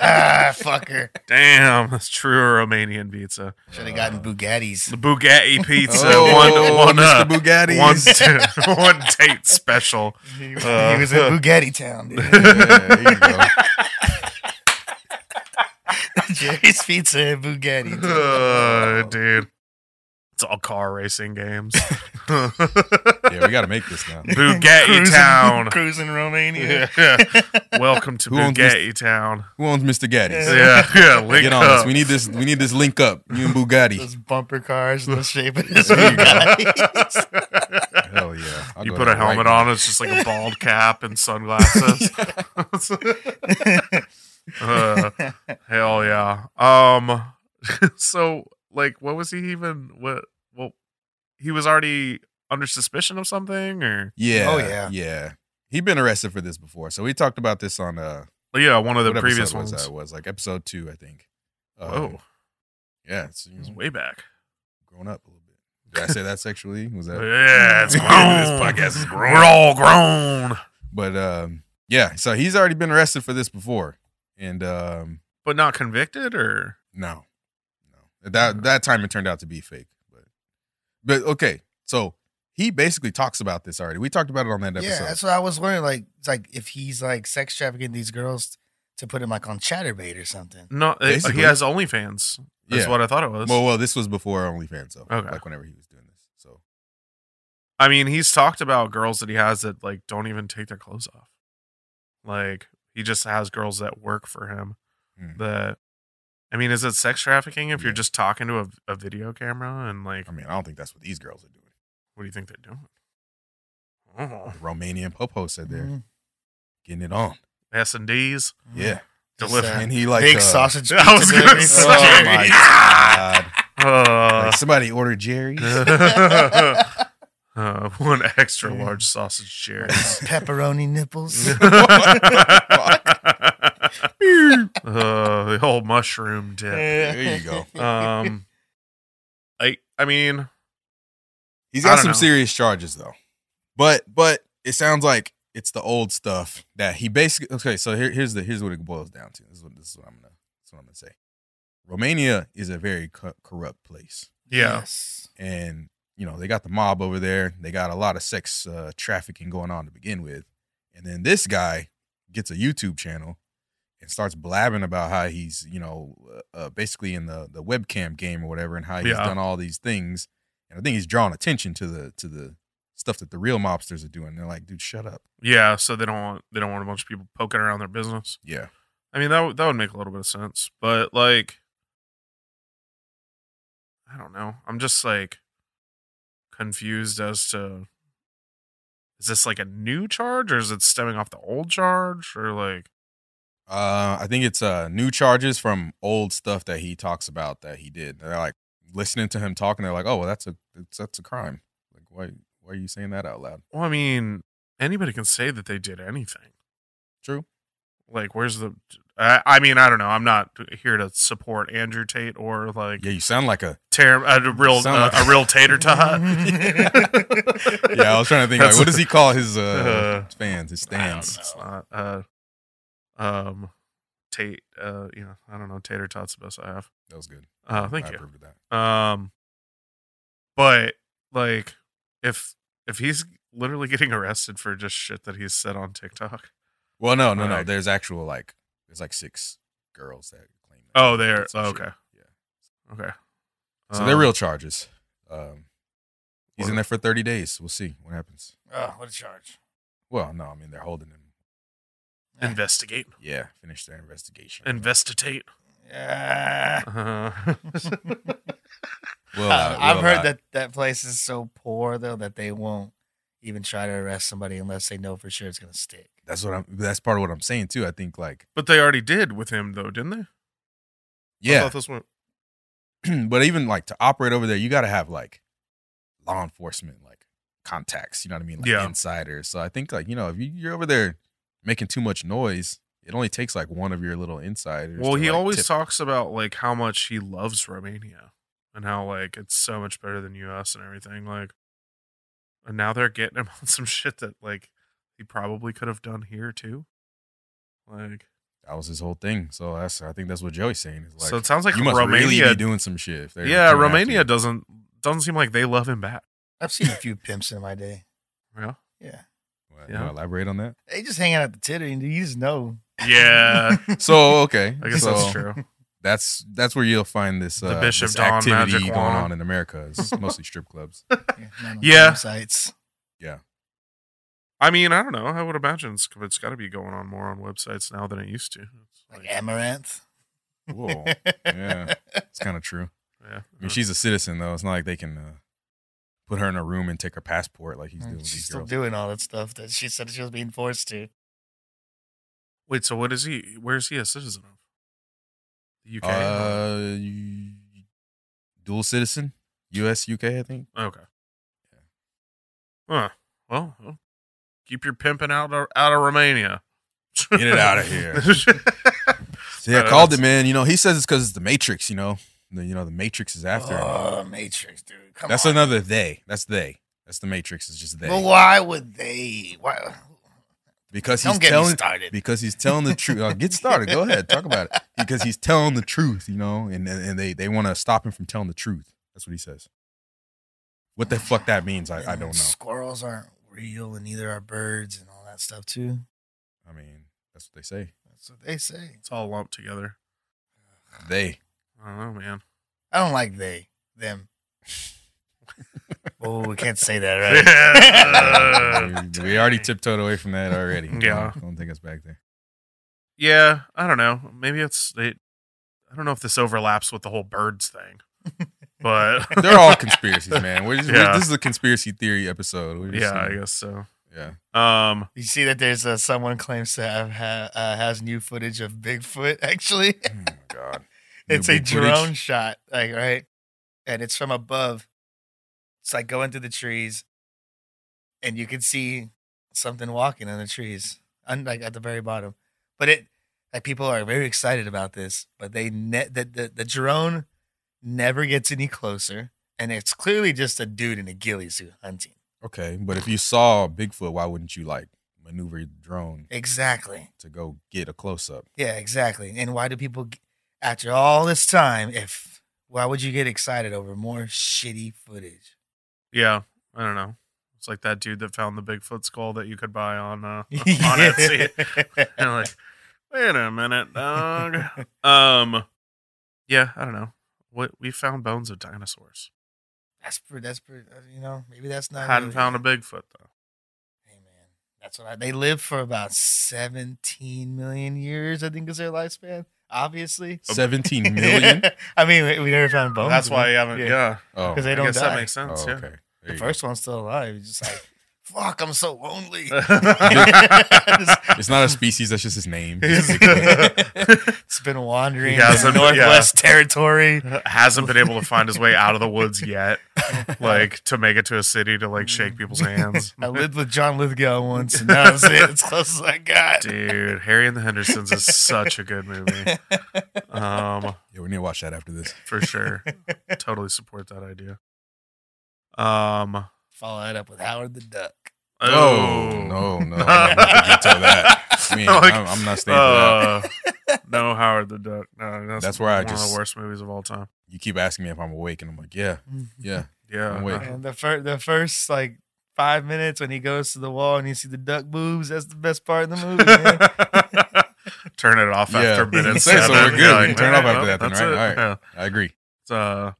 Speaker 3: Ah, fucker.
Speaker 1: Damn, that's true Romanian pizza.
Speaker 3: Should have gotten Bugattis.
Speaker 1: The Bugatti pizza.
Speaker 2: Oh,
Speaker 1: one one
Speaker 2: Mr.
Speaker 1: uh,
Speaker 2: Bugatti.
Speaker 1: one, two, one date special.
Speaker 3: He
Speaker 1: Uh,
Speaker 3: was in Bugatti town, dude.
Speaker 2: Yeah, there you go.
Speaker 3: Jerry's Pizza and Bugatti. dude.
Speaker 1: Uh, dude. It's all car racing games.
Speaker 2: Yeah, we got to make this now.
Speaker 1: Bugatti Town.
Speaker 3: Cruising Romania.
Speaker 1: Yeah. Welcome to
Speaker 2: Who owns
Speaker 1: Bugatti Town.
Speaker 2: Who owns Mr. Gaddy's?
Speaker 3: Yeah.
Speaker 1: Yeah, uh, yeah. Link
Speaker 2: Get on
Speaker 1: up.
Speaker 2: this. We need this. We need this link up. You and Bugatti.
Speaker 3: Those bumper cars, the shape of his
Speaker 2: There you go.
Speaker 3: Bugatti.
Speaker 2: Hell yeah! I'll
Speaker 1: you
Speaker 2: go
Speaker 1: put
Speaker 2: there
Speaker 1: a helmet
Speaker 2: right
Speaker 1: on, it's just like a bald cap and sunglasses. Uh, hell yeah. Um so like what was he even what well he was already under suspicion of something or
Speaker 2: Yeah.
Speaker 3: Oh, yeah.
Speaker 2: Yeah. He'd been arrested for this before. So we talked about this on uh
Speaker 1: oh, yeah, one of the
Speaker 2: what
Speaker 1: previous
Speaker 2: episode
Speaker 1: ones.
Speaker 2: was that? It was like episode two, I think. Um,
Speaker 1: oh,
Speaker 2: yeah, it's you
Speaker 1: it was
Speaker 2: know,
Speaker 1: way back.
Speaker 2: grown up a little bit. Did I say that sexually? Was that?
Speaker 1: Oh, Yeah, it's
Speaker 2: This
Speaker 1: grown.
Speaker 2: podcast is grown.
Speaker 1: We're all grown.
Speaker 2: But um, yeah, so he's already been arrested for this before, and um,
Speaker 1: But not convicted or
Speaker 2: no, no, at that
Speaker 1: Mm.
Speaker 2: that time it turned out to be fake. But but okay, so he basically talks about this already. We talked about it on that episode.
Speaker 3: Yeah, that's what I was wondering. Like, it's like if he's like sex trafficking these girls to put him like on chatterbait or something.
Speaker 1: no it- he
Speaker 2: Basically.
Speaker 1: has OnlyFans. That's
Speaker 2: Yeah.
Speaker 1: what I thought it was.
Speaker 2: well, well, this was before OnlyFans, though.
Speaker 1: Okay.
Speaker 2: Like whenever he was doing this, so
Speaker 1: I mean, he's talked about girls that he has that like don't even take their clothes off. Like he just has girls that work for him.
Speaker 2: Hmm.
Speaker 1: That I mean, is it sex trafficking if you're
Speaker 2: Yeah. Um.
Speaker 1: just talking to a, a video camera and like
Speaker 2: I mean, I don't think that's what these girls are doing.
Speaker 1: What do you think they're doing? Oh,
Speaker 2: The Romanian Popo said they're
Speaker 3: Mhm.
Speaker 2: getting it on.
Speaker 1: S and D's
Speaker 2: Yeah.
Speaker 3: Just,
Speaker 1: delivery.
Speaker 3: uh,
Speaker 2: And he like
Speaker 3: Mm. big
Speaker 2: uh,
Speaker 3: sausage.
Speaker 1: I was
Speaker 3: pizza
Speaker 1: gonna
Speaker 3: delivery.
Speaker 1: say.
Speaker 2: Oh my god.
Speaker 1: Uh,
Speaker 2: Like, somebody order Jerry's. oh
Speaker 1: uh, one extra large sausage chair.
Speaker 3: Pepperoni nipples.
Speaker 1: uh, the whole mushroom dip.
Speaker 2: There you go.
Speaker 1: Um, I I mean,
Speaker 2: He's
Speaker 1: I
Speaker 2: got
Speaker 1: don't
Speaker 2: some
Speaker 1: know.
Speaker 2: serious charges though. But but it sounds like it's the old stuff that he basically okay, so here, here's the here's what it boils down to. This is what this is what I'm gonna this is what I'm gonna say. Romania is a very co- corrupt place.
Speaker 1: yeah,
Speaker 3: Yes.
Speaker 2: and you know they got the mob over there they got a lot of sex uh, trafficking going on to begin with and then this guy gets a youtube channel and starts blabbing about how he's you know uh, uh, basically in the the webcam game or whatever and how he's
Speaker 1: Yeah.
Speaker 2: done all these things and i think he's drawing attention to the to the stuff that the real mobsters are doing they're like dude shut up
Speaker 1: yeah. So they don't want they don't want a bunch of people poking around their business.
Speaker 2: yeah
Speaker 1: I mean, that would- that would make a little bit of sense, but like, I don't know. I'm just like confused as to is this like a new charge or is it stemming off the old charge or like
Speaker 2: uh, i think it's uh new charges from old stuff that he talks about that he did they're like listening to him talking they're like oh well that's a that's, that's a crime like why why are you saying that out loud
Speaker 1: well, I mean, anybody can say that they did anything.
Speaker 2: True.
Speaker 1: Like, where's the? I, I mean, I don't know. I'm not here to support Andrew Tate or like
Speaker 2: Yeah, you sound like a.
Speaker 1: tear a real
Speaker 2: Sound
Speaker 1: uh,
Speaker 2: like-
Speaker 1: a real tater tot.
Speaker 2: Yeah, I was trying to think. Like,
Speaker 1: That's-
Speaker 2: what does he call his uh,
Speaker 1: Uh,
Speaker 2: fans? His
Speaker 1: I don't
Speaker 2: stands?
Speaker 1: know. It's not, uh, um, Tate. Uh, you know, I don't know. Tater tot's the best I have.
Speaker 2: That was good.
Speaker 1: Uh, thank
Speaker 2: I
Speaker 1: you.
Speaker 2: approved of that.
Speaker 1: Um, but like, if if he's literally getting arrested for just shit that he's said on TikTok.
Speaker 2: Well, no, no, no.
Speaker 1: Alright.
Speaker 2: There's actual like, there's like six girls that claim. That
Speaker 1: Oh, there.
Speaker 2: Some
Speaker 1: Oh,
Speaker 2: shit.
Speaker 1: okay.
Speaker 2: Yeah.
Speaker 1: Okay.
Speaker 2: So they're
Speaker 1: Um,
Speaker 2: real charges. Um, he's in
Speaker 1: Well-
Speaker 2: there for 30 days. We'll see what happens.
Speaker 3: Oh, what a charge.
Speaker 2: Well, no, I mean they're holding him.
Speaker 1: Um, Investigate.
Speaker 2: Yeah, finish their investigation.
Speaker 1: Investigate.
Speaker 3: Yeah.
Speaker 1: Uh,
Speaker 3: Uh,
Speaker 2: Well, uh,
Speaker 3: I've
Speaker 2: well,
Speaker 3: heard
Speaker 2: uh,
Speaker 3: that that place is so poor though that they won't even try to arrest somebody unless they know for sure it's gonna stick.
Speaker 2: That's what I'm. That's part of what I'm saying too. I think like
Speaker 1: but they already did with him though, didn't they? I
Speaker 2: yeah,
Speaker 1: thought this one.
Speaker 2: but even like to operate over there, you got to have like law enforcement like contacts. You know what I mean? Like
Speaker 1: Yeah.
Speaker 2: insiders. So I think like you know if you, you're over there making too much noise, it only takes like one of your little insiders.
Speaker 1: Well,
Speaker 2: to,
Speaker 1: he
Speaker 2: like,
Speaker 1: always
Speaker 2: tip-
Speaker 1: talks about like how much he loves Romania and how like it's so much better than US and everything. Like, and now they're getting him on some shit that like he probably could have done here too. Like,
Speaker 2: That was his whole thing. So that's I think that's what Joey's saying is like.
Speaker 1: so it sounds like
Speaker 2: you must
Speaker 1: Romania.
Speaker 2: really be doing some shit. if they're
Speaker 1: yeah,
Speaker 2: coming after
Speaker 1: Romania
Speaker 2: you.
Speaker 1: doesn't doesn't seem like they love him back.
Speaker 3: I've seen a few pimps in my day.
Speaker 1: Yeah.
Speaker 3: Yeah.
Speaker 2: Well, you
Speaker 1: Yeah.
Speaker 2: wanna elaborate on that.
Speaker 3: They just hang out at the titty and you just know.
Speaker 1: Yeah.
Speaker 2: So okay,
Speaker 1: I guess
Speaker 2: so
Speaker 1: that's true.
Speaker 2: That's that's where you'll find this
Speaker 1: The
Speaker 2: uh,
Speaker 1: Bishop
Speaker 2: this
Speaker 1: Dawn
Speaker 2: activity
Speaker 1: magic
Speaker 2: going
Speaker 1: wand.
Speaker 2: on in America. It's mostly strip clubs.
Speaker 3: Yeah. not on
Speaker 1: Yeah.
Speaker 3: Websites.
Speaker 1: I mean, I don't know. I would imagine it's, it's got to be going on more on websites now than it used to. It's
Speaker 3: Like amaranth.
Speaker 2: Whoa, yeah, it's kind of true.
Speaker 1: yeah.
Speaker 2: I mean, she's a citizen though. It's not like they can uh, put her in a room and take her passport like he's doing with
Speaker 3: Mm, She's
Speaker 2: these
Speaker 3: still
Speaker 2: girls.
Speaker 3: doing all that stuff that she said she was being forced to.
Speaker 1: Wait, so what is he? Where is he a citizen of? The UK?
Speaker 2: Uh, you- dual citizen, U.S. U.K. I think.
Speaker 1: Okay. Huh. Well, well, keep your pimping out of, out of Romania.
Speaker 2: Get it outta here. So yeah,
Speaker 1: Uh,
Speaker 2: I called
Speaker 1: that's-
Speaker 2: it, man. You know, he says it's because it's the Matrix. You know, the, you know the Matrix is after. him.
Speaker 3: Oh, Matrix, dude. Come
Speaker 2: That's
Speaker 3: on.
Speaker 2: another they. That's they. That's the Matrix. Is just they.
Speaker 3: But why would they? Why?
Speaker 2: because he's
Speaker 3: Don't get me
Speaker 2: telling
Speaker 3: started.
Speaker 2: because he's telling the truth. Uh, get started. Go ahead, talk about it. Because he's telling the truth, you know, and and and they they want to stop him from telling the truth. That's what he says. What the fuck that means, I, I don't know.
Speaker 3: Squirrels aren't real, and neither are birds, and all that stuff too.
Speaker 2: I mean, that's what they say.
Speaker 3: That's what they say.
Speaker 1: it's all lumped together.
Speaker 2: They.
Speaker 1: I don't know, man.
Speaker 3: I don't like they, them. oh, we can't say that, right?
Speaker 1: Yeah.
Speaker 2: we, we already tiptoed away from that already.
Speaker 1: Yeah.
Speaker 2: Don't, don't take us back there.
Speaker 1: Yeah, I don't know. Maybe it's they. I don't know if this overlaps with the whole birds thing. but
Speaker 2: They're all conspiracies, man. We're just, we're-
Speaker 1: Yeah.
Speaker 2: this is a conspiracy theory episode. We're just,
Speaker 1: yeah,
Speaker 2: uh,
Speaker 1: I guess so.
Speaker 2: yeah.
Speaker 1: Um,
Speaker 3: You see that there's uh, someone claims to have ha- uh, has new footage of Bigfoot. Actually,
Speaker 2: Oh my god,
Speaker 3: it's
Speaker 2: New
Speaker 3: a
Speaker 2: big
Speaker 3: drone
Speaker 2: footage.
Speaker 3: shot, like right, and it's from above. It's like going through the trees, and you can see something walking in the trees, un- like at the very bottom. But it, like people are very excited about this, but they ne- the, the the drone never gets any closer, and it's clearly just a dude in a ghillie suit hunting.
Speaker 2: Okay, but if you saw Bigfoot, why wouldn't you like maneuver your drone
Speaker 3: Exactly.
Speaker 2: to go get a close up?
Speaker 3: Yeah, exactly. And why do people, g- after all this time, if why would you get excited over more shitty footage?
Speaker 1: yeah, I don't know. It's like that dude that found the Bigfoot skull that you could buy on uh, on
Speaker 3: Yeah.
Speaker 1: Etsy. And I'm like, wait a minute, dog. Um, yeah, I don't know. What we found bones of dinosaurs.
Speaker 3: that's pretty. That's pretty. uh, You know, maybe that's not.
Speaker 1: Hadn't
Speaker 3: really-
Speaker 1: found a Bigfoot though.
Speaker 3: Hey man, that's what I, they live for about seventeen million years. I think is their lifespan. Obviously,
Speaker 2: Seventeen million.
Speaker 3: I mean, we, we never found bones.
Speaker 1: That's why I
Speaker 3: man.
Speaker 1: haven't. Yeah,
Speaker 2: Oh,
Speaker 3: 'Cause
Speaker 1: I
Speaker 3: they don't
Speaker 1: guess
Speaker 3: die.
Speaker 1: that makes sense.
Speaker 2: oh,
Speaker 1: yeah.
Speaker 2: okay. There
Speaker 3: The
Speaker 2: you go.
Speaker 3: first one's still alive. He's just like, fuck, I'm so lonely.
Speaker 2: It's not a species. That's just his name.
Speaker 3: it's been wandering
Speaker 1: He hasn't-
Speaker 3: the Northwest Territory.
Speaker 1: Hasn't been able to find his way out of the woods yet, like to make it to a city to like shake people's hands.
Speaker 3: Mm. I lived with John Lithgow once, and that was it. It's close as I got.
Speaker 1: Dude, Harry and the Hendersons is such a good movie. Um,
Speaker 2: yeah, we need to watch that after this.
Speaker 1: for sure. Totally support that idea. Um,
Speaker 3: Follow that up with Howard the Duck.
Speaker 2: Oh, no, no, no. I'm not veto that. I mean, I'm, I'm not staying for that.
Speaker 1: Uh, no, Howard the Duck. No, that's,
Speaker 2: That's where I
Speaker 1: one of
Speaker 2: just-
Speaker 1: the worst movies of all time.
Speaker 2: You keep asking me if I'm awake, and I'm like, yeah, yeah.
Speaker 1: Yeah,
Speaker 2: I'm awake.
Speaker 1: uh,
Speaker 3: And the first, the first like five minutes when he goes to the wall and you see the duck boobs. That's the best part of the movie. Man.
Speaker 1: Turn it off
Speaker 2: Yeah.
Speaker 1: after minute
Speaker 2: Say so,
Speaker 1: seven.
Speaker 2: we're good.
Speaker 1: Yeah,
Speaker 2: We can turn it off after that then,
Speaker 1: that's
Speaker 2: right?
Speaker 1: it.
Speaker 2: All right.
Speaker 1: Yeah.
Speaker 2: I agree.
Speaker 1: It's, uh,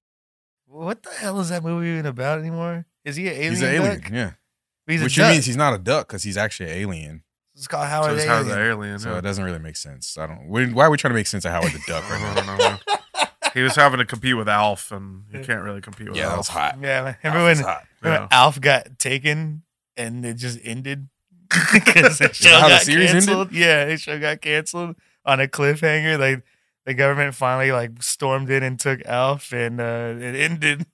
Speaker 3: what the hell is that movie even about anymore? Is he an alien?
Speaker 2: He's an alien.
Speaker 3: duck?
Speaker 2: Yeah.
Speaker 3: He's a
Speaker 2: Which
Speaker 3: duck.
Speaker 2: means he's not a duck because he's actually an alien.
Speaker 3: it's called
Speaker 1: so
Speaker 3: Howard
Speaker 1: it's
Speaker 3: the
Speaker 1: Howard the
Speaker 3: Alien.
Speaker 1: Alien.
Speaker 2: So
Speaker 1: yeah.
Speaker 2: it doesn't really make sense. I don't. we- Why are we trying to make sense of Howard the Duck right
Speaker 1: I
Speaker 2: now?
Speaker 1: don't know, man. He was having to compete with Alf, and you can't really compete with
Speaker 2: Yeah, that was
Speaker 1: Alf.
Speaker 2: hot.
Speaker 3: Yeah,
Speaker 2: That
Speaker 3: remember when
Speaker 2: was hot.
Speaker 3: Remember
Speaker 1: Yeah.
Speaker 3: when Alf got taken and it just ended because the show
Speaker 2: how the
Speaker 3: got
Speaker 2: series ended?
Speaker 3: canceled. Yeah, the show got canceled on a cliffhanger. Like the government finally like stormed in and took Alf, and uh, it ended.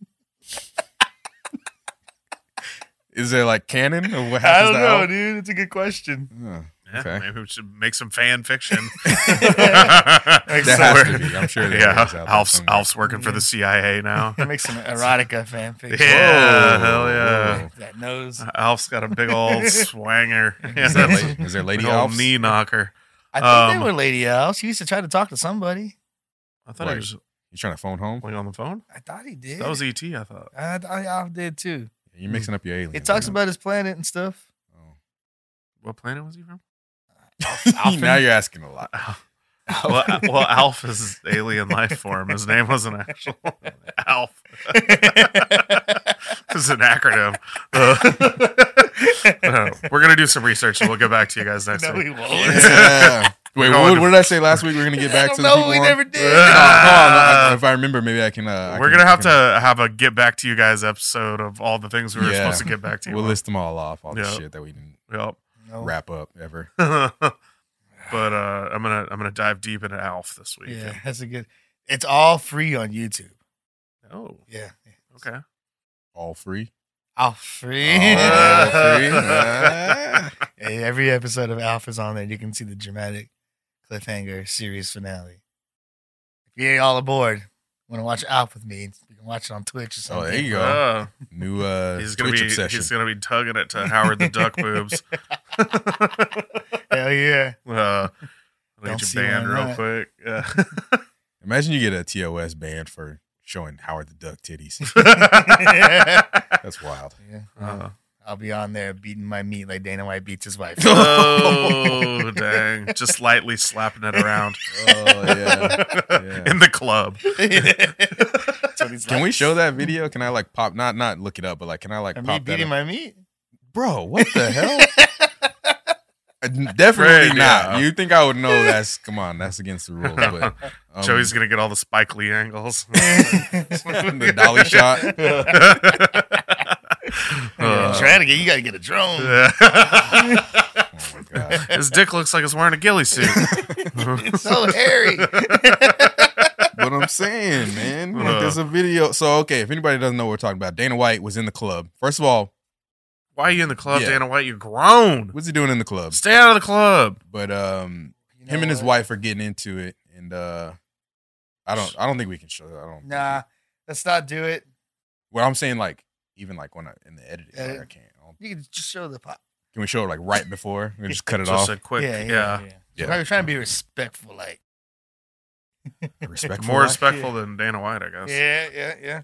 Speaker 2: Is there like canon or what
Speaker 3: I
Speaker 2: happens
Speaker 3: don't
Speaker 2: to
Speaker 3: know,
Speaker 2: Al?
Speaker 3: dude. It's a good question.
Speaker 2: Huh.
Speaker 1: Yeah,
Speaker 2: Okay.
Speaker 1: Maybe we should make some fan fiction.
Speaker 3: That
Speaker 2: That has to be. I'm sure. that
Speaker 1: yeah,
Speaker 2: is out there
Speaker 1: Alf's,
Speaker 2: somewhere.
Speaker 1: Alf's working for the CIA now.
Speaker 3: Make some erotica fanfiction.
Speaker 1: Yeah,
Speaker 2: Whoa.
Speaker 1: hell yeah.
Speaker 2: Whoa.
Speaker 3: That nose.
Speaker 1: Alf's got a big old swanger. Yeah,
Speaker 2: Is there,
Speaker 1: that's
Speaker 2: la- is there
Speaker 1: big
Speaker 2: lady
Speaker 1: old
Speaker 2: Alf's?
Speaker 1: knee knocker.
Speaker 3: I think
Speaker 1: Um,
Speaker 3: they were lady elves. He used to try to talk to somebody.
Speaker 1: I thought
Speaker 2: Right.
Speaker 1: he was
Speaker 2: You trying to phone home?
Speaker 1: playing on the phone.
Speaker 3: I thought he did.
Speaker 1: That was ET. I thought.
Speaker 3: I, I, Alf did too.
Speaker 2: You're mixing up your aliens.
Speaker 3: It talks
Speaker 2: man.
Speaker 3: about his planet and stuff.
Speaker 1: What planet was he from?
Speaker 2: Oh. now you're asking a lot.
Speaker 1: well, Al- well, Alf is his alien life form. His name wasn't actual Alf. This is an acronym. Uh, I don't know. we're gonna do some research and we'll get back to you guys next
Speaker 3: no,
Speaker 1: week.
Speaker 3: he won't.
Speaker 2: Yeah. Wait,
Speaker 1: going
Speaker 2: what,
Speaker 1: to-
Speaker 2: what did I say last week? We're gonna get
Speaker 3: Oh, I
Speaker 2: back
Speaker 3: don't
Speaker 2: to the
Speaker 3: know,
Speaker 2: people.
Speaker 3: we
Speaker 2: on-
Speaker 3: never did.
Speaker 2: No, no, I- I- if I remember, maybe I can. Uh, I
Speaker 1: We're
Speaker 2: can-
Speaker 1: gonna have
Speaker 2: I
Speaker 1: to
Speaker 2: can-
Speaker 1: have a get back to you guys episode of all the things we were
Speaker 2: Yeah.
Speaker 1: supposed to get back to you.
Speaker 2: We'll
Speaker 1: on.
Speaker 2: list them all off. All the
Speaker 1: Yeah.
Speaker 2: shit that we didn't
Speaker 1: Yep.
Speaker 3: No.
Speaker 2: wrap up ever.
Speaker 1: but uh, I'm gonna I'm gonna dive deep into Alf this week.
Speaker 3: Yeah, that's a good. It's all free on YouTube.
Speaker 1: Oh,
Speaker 3: Yeah,
Speaker 1: okay.
Speaker 2: All free.
Speaker 3: all free.
Speaker 2: All free. Ah.
Speaker 3: Hey, Eh, Every episode of Alf is on there. You can see the dramatic cliffhanger series finale. If you're all aboard, want to watch Alf with me? You can watch it on Twitch or
Speaker 2: Oh,
Speaker 3: something.
Speaker 2: there you go.
Speaker 1: Uh,
Speaker 2: New uh,
Speaker 1: he's gonna
Speaker 2: Twitch
Speaker 1: be
Speaker 2: obsession.
Speaker 1: he's gonna be tugging it to Howard the Duck boobs.
Speaker 3: Hell yeah!
Speaker 1: uh, I'll
Speaker 3: Don't
Speaker 1: get
Speaker 3: see
Speaker 1: you banned
Speaker 3: why
Speaker 1: real
Speaker 3: not.
Speaker 1: quick. Uh, Yeah.
Speaker 2: Imagine you get a TOS banned for showing Howard the Duck titties. That's wild.
Speaker 3: Yeah.
Speaker 1: Uh,
Speaker 3: I'll be on there beating my meat like Dana White beats his wife.
Speaker 1: oh dang! Just lightly slapping it around
Speaker 2: Oh yeah.
Speaker 1: in the club.
Speaker 3: That's what he's
Speaker 2: Can
Speaker 3: like.
Speaker 2: we show that video? Can I like pop not not look it up, but like can I like
Speaker 3: Or me
Speaker 2: pop that?
Speaker 3: beating
Speaker 2: up?
Speaker 3: my meat?
Speaker 2: Bro, what the hell? Uh, Definitely
Speaker 1: Fred,
Speaker 2: not.
Speaker 1: yeah.
Speaker 2: You think I would know? That's come on. That's against the rules. But Um,
Speaker 1: Joey's gonna get all the Spike Lee angles. Uh,
Speaker 2: The dolly shot. Oh
Speaker 3: Yeah,
Speaker 1: Uh,
Speaker 3: try to get you gotta get a drone.
Speaker 2: oh my God.
Speaker 1: His dick looks like it's wearing a ghillie suit.
Speaker 3: it's so hairy.
Speaker 2: But I'm saying, man, like, there's a video. So okay, if anybody doesn't know what we're talking about, Dana White was in the club. First of all,
Speaker 1: Why are you in the club,
Speaker 2: Yeah.
Speaker 1: Dana White? You're grown.
Speaker 2: what's he doing in the club?
Speaker 1: Stay out of the club.
Speaker 2: But um,
Speaker 3: You know
Speaker 2: him and his
Speaker 3: what?
Speaker 2: wife are getting into it, and uh, I don't, I don't think we can show that. I don't.
Speaker 3: Nah, let's not do it.
Speaker 2: Well, I'm saying like even like when I in the editing, like,
Speaker 3: Uh,
Speaker 2: I can't. I don't-
Speaker 3: You can just show the pop.
Speaker 2: Can we show it like right before? We just cut it
Speaker 1: Just
Speaker 2: off.
Speaker 1: a quick, yeah.
Speaker 2: Yeah.
Speaker 3: We're trying to be respectful, like.
Speaker 2: Respectful
Speaker 1: More
Speaker 2: wife?
Speaker 1: respectful than Dana White, I guess.
Speaker 3: Yeah, yeah, yeah.